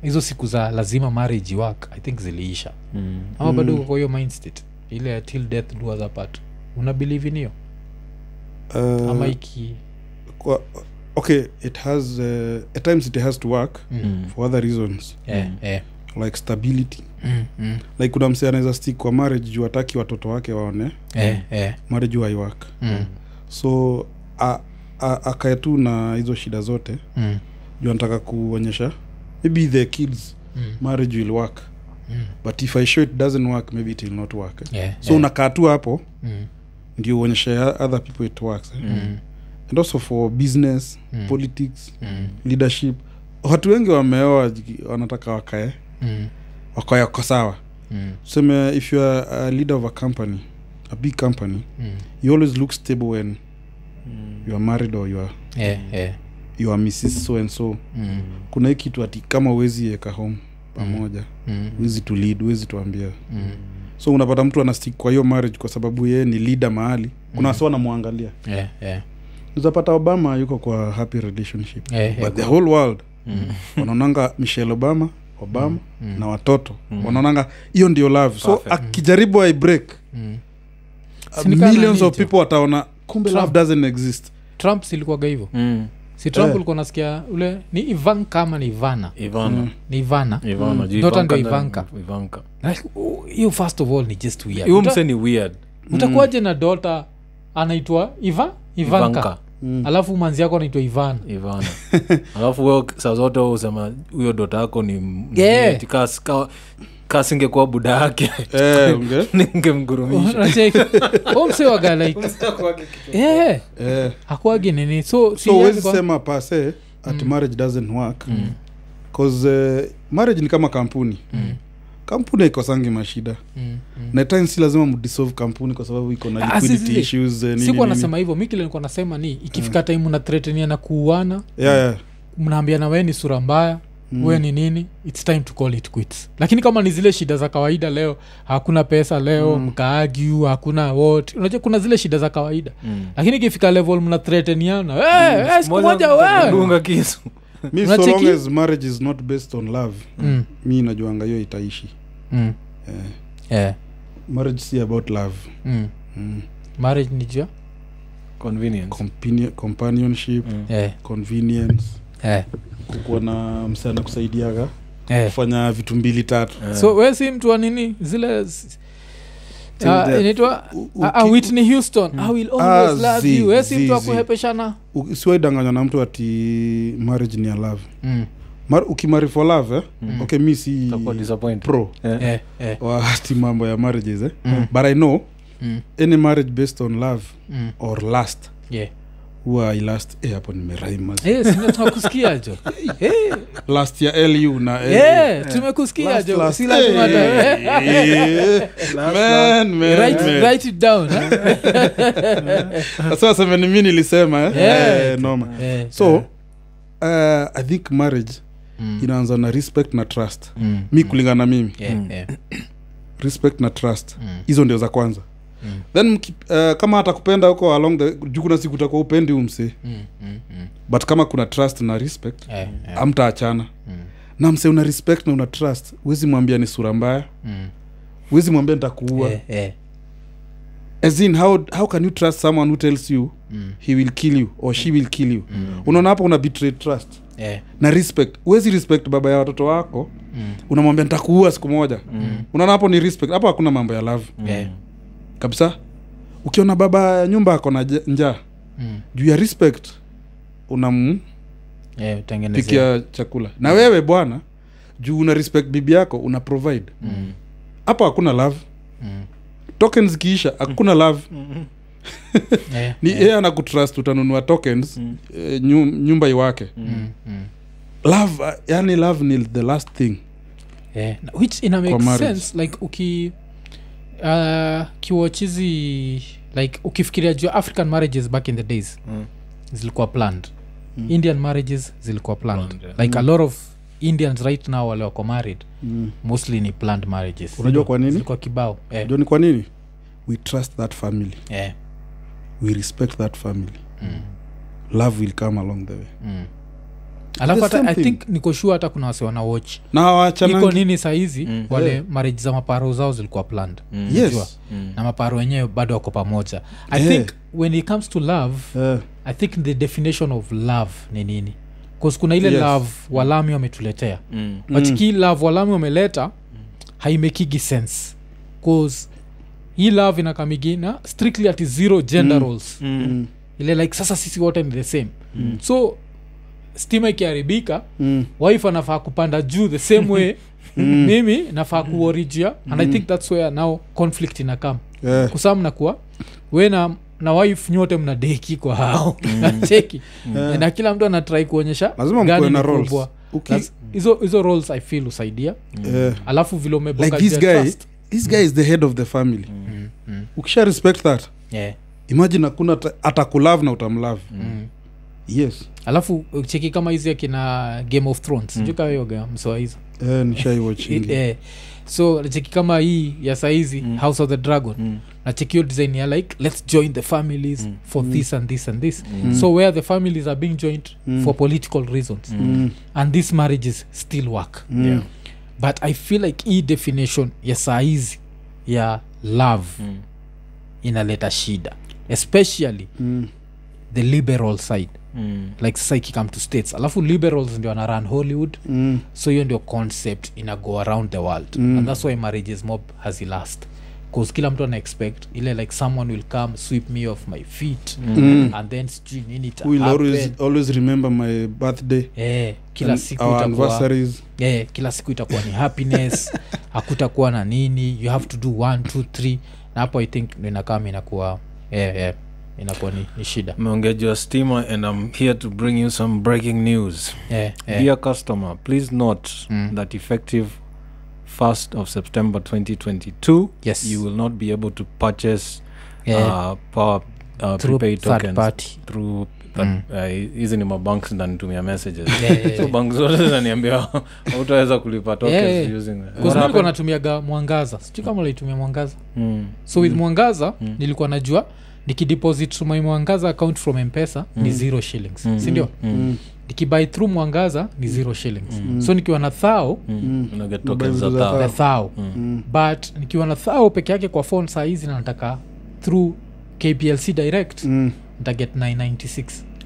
hizo siku za lazima marriage work i think ziliisha mm. ama bado uko kwa hiyo mind state ile ya till death do us apart una believe in hiyo
Uh,
ama iki
kwa, okay it has uh, at times it has to work mm. for other reasons
eh, eh,
like stability
mm, mm,
like kuna msee anaweza stick kwa marriage juu ataki watoto wake waone
eh,
Mm.
eh,
marriage juu haiwork
mm,
so a- a- akae tu na hizo shida zote
mm,
juu anataka kuonyesha maybe the kids
Mm.
marriage will work
Mm.
but if i show it doesn't work maybe it will not work eh?
eh,
so
eh,
unakaa tu hapo
mm,
ndio uonyeshe other people it works eh?
mm,
and also for business
Mm.
politics
mm,
leadership watu wengi wameoa jiki- wanataka wakae
mm,
wakae wako sawa
mm,
tuseme if you are a leader of a company a big company
mm,
you always look stable when you are married or you are,
eh, eh,
you are mrs so and so
mm,
kuna hii kitu ati kama uwezi eka home pamoja
mm,
uwezi to lead uwezi tuambia
mm,
so unapata mtu anastik kwa hiyo marriage kwa sababu yeye ni leader mahali kuna
Mm.
wasi wanamwangalia
eh, eh,
uzapata obama yuko kwa happy relationship
eh, eh,
but the whole world
Mm.
wanaonanga michelle obama obama na watoto wanaonanga hiyo ndio love so akijaribu ai break
mm.
uh,
Si ni kama
millions
nini
of
tu?
people wataona kumbe love
Trump.
doesn't
[laughs]
exist
trump silikuaga hivyo
Mm.
si trump
Eh.
ulikuwa unasikia ule ni ivan kama ni ivana
ivana
Mm.
ni ivana
ivana juu
Dota Mm. ndio
Ivanka na- Ivanka.
Like, oh, hiyo first of all ni just weird.
huyu
Uta-
mse ni weird
utakuwaje na dota anaitwa iva ivanka,
Ivanka.
alafu manzi yako anaitwa ivana
[laughs]
ivana alafu we saa zote we husema huyo dota yako ni m-
Yeah.
eti kas- ka- kasingekuwa buda yake
eh, unge-
[laughs]
[laughs]
ningemgurumisha
Unacheki? Huyo msee waga like Eh,
eh.
hakuwagi nini so, si
so
yeye
huwezi
alikuwa-
sema pase at
Mm.
marriage doesn't work bcause uh, marriage ni kama kampuni mm. kampuni haikosangi mashida
Mm, mm.
na time si lazima mdisolve kampuni kwa sababu iko na
Ah, si-
liquidity
si-
issues eh, nini,
sikuwa
nini.
nasema hivyo mi kile nilikuwa nasema ni ikifika time unatretenia na kuuana
yeah, yeah.
mnaambiana wee ni sura mbaya mm. we ni nini its time to call it quits lakini kama ni zile shida za kawaida leo hakuna pesa leo mm. mkaagiu hakuna wot unajua kuna zile shida za kawaida mm. lakini ikifika level mnatreteniana hey, hey, Eh, siku Mm. moja wewe
dunga kisu
mi so
Unacheki?
long as marriage is not based on love
Mm,
mi najuanga hiyo itaishi
mm. Eh,
marriage si about love
mm. marriage ni jua
convenience
Compani- companionship
Eh,
convenience
eh,
kukuwa na msana kusaidiaga
Eh.
kufanya vitu mbili tatu
so we si mtu wa nini zile s-
Till
Ah,
death.
inaitwa
U-
ah, ah,
uki-
whitney houston i will always
Ah,
love
zi,
you we si
zi,
mtu wa
zi.
kuhepeshana
u- siwaidanganywa na mtu ati marriage ni alave
Mm,
Mar- ukimari for love eh? okay mi si
Itakuwa disappointed.
pro
eh, eh,
[laughs] wati mambo ya marriages eh? but i know
mm,
any marriage based on love
mm,
or last
yeah. [laughs]
huwa i last eh, hapo nimeraima
Eh, si ndio tunakusikia jo Eh,
last ya lu na LU.
eh, tumekusikia
Last,
jo
last.
si lazima
Eh,
hata- eh, [laughs]
eh, man, man,
write-
man.
write it down, eh.
Sasa waseme ni mi nilisema eh?
Yeah.
Eh, noma
Eh,
so uh, i think marriage
mm,
inaanza na respect na trust
mm,
mi kulingana na mimi
yeah, yeah,
respect na trust
mm,
hizo ndio za kwanza
Mm.
then mki, uh, kama hata kupenda huko along the juu kuna siku utakuwa upendi umse
mm, mm, mm,
but kama kuna trust na respect
eh, eh,
amtaachana
mm,
na mse una respect na una trust huwezi mwambia ni sura mbaya
mm,
huwezi mwambia nitakuua
eh, eh,
as in how, how can you trust someone who tells you
mm,
he will kill you or she will kill you
Mm.
unaona hapo una betray trust
eh,
na respect huwezi respect baba ya watoto wako
mm,
unamwambia nitakuua siku moja mm. unaona hapo ni respect hapo hakuna mambo ya love
eh,
kabisa ukiona baba ya nyumba ako na je- njaa
mm,
juu ya respect unampikia
eh, utengenezea.
chakula na wewe bwana juu una respect bibi yako una provide
Mm,
hapo hakuna love
mm,
tokens zikiisha hakuna love
eh,
ni yeye anakutrust utanunua tokens mm. eh, nyu- nyumba iwake mm.
mm, mm.
love ah, yani love ni the last thing
yeah. na- which ina make
marriage.
sense like uki uh, kiwachizi like ukifikiria juu ya african marriages back in the days
Mm.
zilikuwa planned
Mm.
indian marriages zilikuwa planned like a lot of indians right now wale wako married
mm.
mostly ni planned marriages
Unajua kwa nini?
zilikuwa kibao eh,
joni kwa nini we trust that family
eh,
we respect that family
mm,
love will come along the way
mm. alafu hata i
something-
think niko sure hata kuna wasi wana watch
na
iko
hawaachanangi
nini sahizi wale
Yeah.
marriage za maparo zao zilikuwa planned Unajua?
yes
na maparo wenyewe bado wako pamoja i
Eh.
think when it comes to love
Eh,
i think the definition of love ni nini bcause kuna ile
Yes.
yes. love walami wametuletea bachiki mm. love walami wameleta haimekigi sense bcause hii love inakamigina strictly at zero gender mm. roles
mm,
ile like sasa sisi wote ni the same mm. so stima ikiharibika
mm,
wife anafaa kupanda juu the same way mimi nafaa kuorijia and i think thats where now conflict inakam
eh,
kusaa mnakuwa we na na wife nyote mna deki kwa hao [laughs] nacheki na kila mtu anatrai kuonyesha
Mm. Lazima
gani
mkuwe na
ni
roles.
kubwa.
Uki-
That's- hizo hizo roles i feel husaidia
eh.
alafu vile umebonga
like this
juu ya
guy
trust.
this guy is the head of the family
Mm, mm,
ukisha respect that
yeah,
imagine akuna atakulave na utamlave
mm.
yes
alafu cheki kama hizi akina game of thrones mm. jukayoga msoa hizo
eh, nishaiwachingi
eh, so nacheki kama hii ya saizi mm. house of the dragon mm. nachekio design ya like let's join the families mm. for mm. this and this and this mm. so where the families are being joined mm. for political reasons
Mm.
and these marriages still work
Mm. Yeah.
but i feel like hii definition ya saizi ya love mm. inaleta shida especially
Mm.
the liberal side mm. like sasa ikikame to states alafu liberals ndio ana run hollywood
Mm.
so hiyo ndio concept ina go around the world mm. and that's why marriages mob has last bcause kila mtu ana expect ile like someone will come sweep me off my feet
Mm.
and then sijui nini ita
Who will
happen.
always, always remember my birthday
Eh, kila
and
siku
our
itakuwa
anniversaries
yeah, Eh, kila siku itakuwa ni
[laughs]
happiness hakutakuwa na nini you have to do one two three na hapo i think ndo inakama inakuwa yeah, yeah, inakuwa ni, ni shida
meongea juu ya stima and i'm here to bring you some breaking news
yeah, yeah.
dear customer please note
Mm.
that effective 1st of september 2022
Yes.
you will not be able to purchase
Yeah.
uh, power uh,
Through
prepaid
third
tokens
party. Hmm.
through third- uh, hizi ni mabanks ndanitumia messages
Yeah,
[laughs]
yeah,
so
yeah.
bank zote zaniambia [laughs] hautaweza kulipa tokens
Yeah, yeah.
using
Because nilikuwa natumiaga mwangaza sijui kama nilitumia mwangaza
mm.
so with mwangaza
Hmm.
nilikuwa najua nikideposit my mwangaza account from mpesa ni
Hmm.
zero shillings mm. sindio
Mm.
nikibuy through mwangaza ni zero shillings
Hmm.
so nikiwa na thao
Mm.
unaget
Unabuy
tokens za
vitu za
thao.
the
thao.
thao
Ah. Mm.
but nikiwa na thao peke yake kwa phone saa hizi na nataka through kplc direct
Mm.
nitaget 996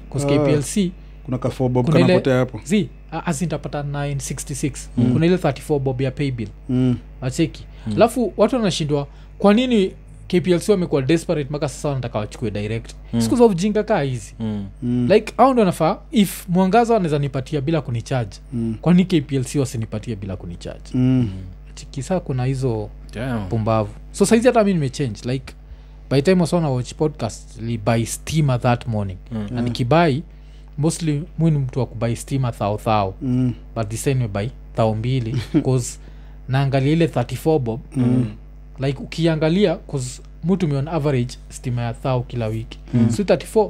bcause
Ah.
kplc
kuna kafobob
kuna ile
kanapotea hapo
z asintapata 966 mm. kuna ile 34 bob ya paybill
Mm.
acheki alafu watu wanashindwa kwa nini kplc wamekuwa desperate mpaka sasa wanataka wachukue direct mm. siku za ujinga kaa hizi
Mm.
like au ndo nafaa if mwangaza wanaweza nipatia bila kunicharge
Mm.
kwani kplc wasinipatie bila kunicharge chikisaa kuna hizo
Damn.
pumbavu so saizi hata mi nimechange like by time wasona watch podcast libuy steamer that morning mm. and kibai mostly mwi ni mtu wa kubai steamer thao thao but this time nimebai thao [laughs] mbili cause naangalia ile 34 bob mm. like ukiangalia cause mutumi on average steamer ya thao kila wiki mm. so 34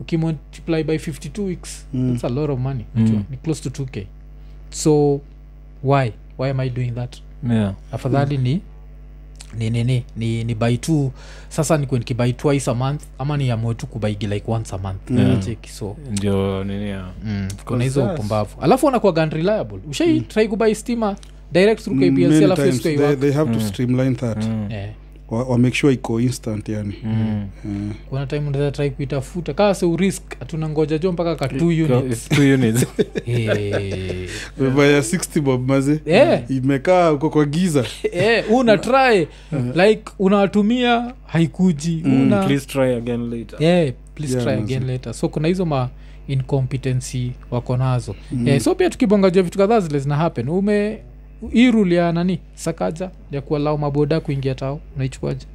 ukimultiply by 52 weeks mm. that's a lot of money mm. ni close to 2k so why why am i doing that
Yeah.
afadhali ni ni nini ni, ni buy two sasa ni kwen- kibuy twice a month ama ni amue tu kubaigi like once a month yeah. cheki so
ndio nini ya-
mm, kuna hizo pumbavu alafu wanakuwaga unreliable ushai mm. try kubuy stima direct through kplc alafu hiyo siku haiwork.
Mm, they have to streamline that
Eh,
wa, wa make sure iko instant yani
kuna time unaweza try kuitafuta kaa se urisk hatuna ngoja jo mpaka ka two units [laughs]
It's two units.
Eh,
vibaya 60 bob maze
eh,
imekaa uko kwa giza
eh, una try like unawatumia haikuji una
Please try [laughs] again later.
yeah, please
Yeah,
try
lazima.
again later so kuna hizo ma incompetency wako nazo mm. yeah, so pia tukibongajua vitu kadhaa zile zina happen ume hii rule ya nani sakaja ya kuwalau maboda kuingia tao unaichukuaje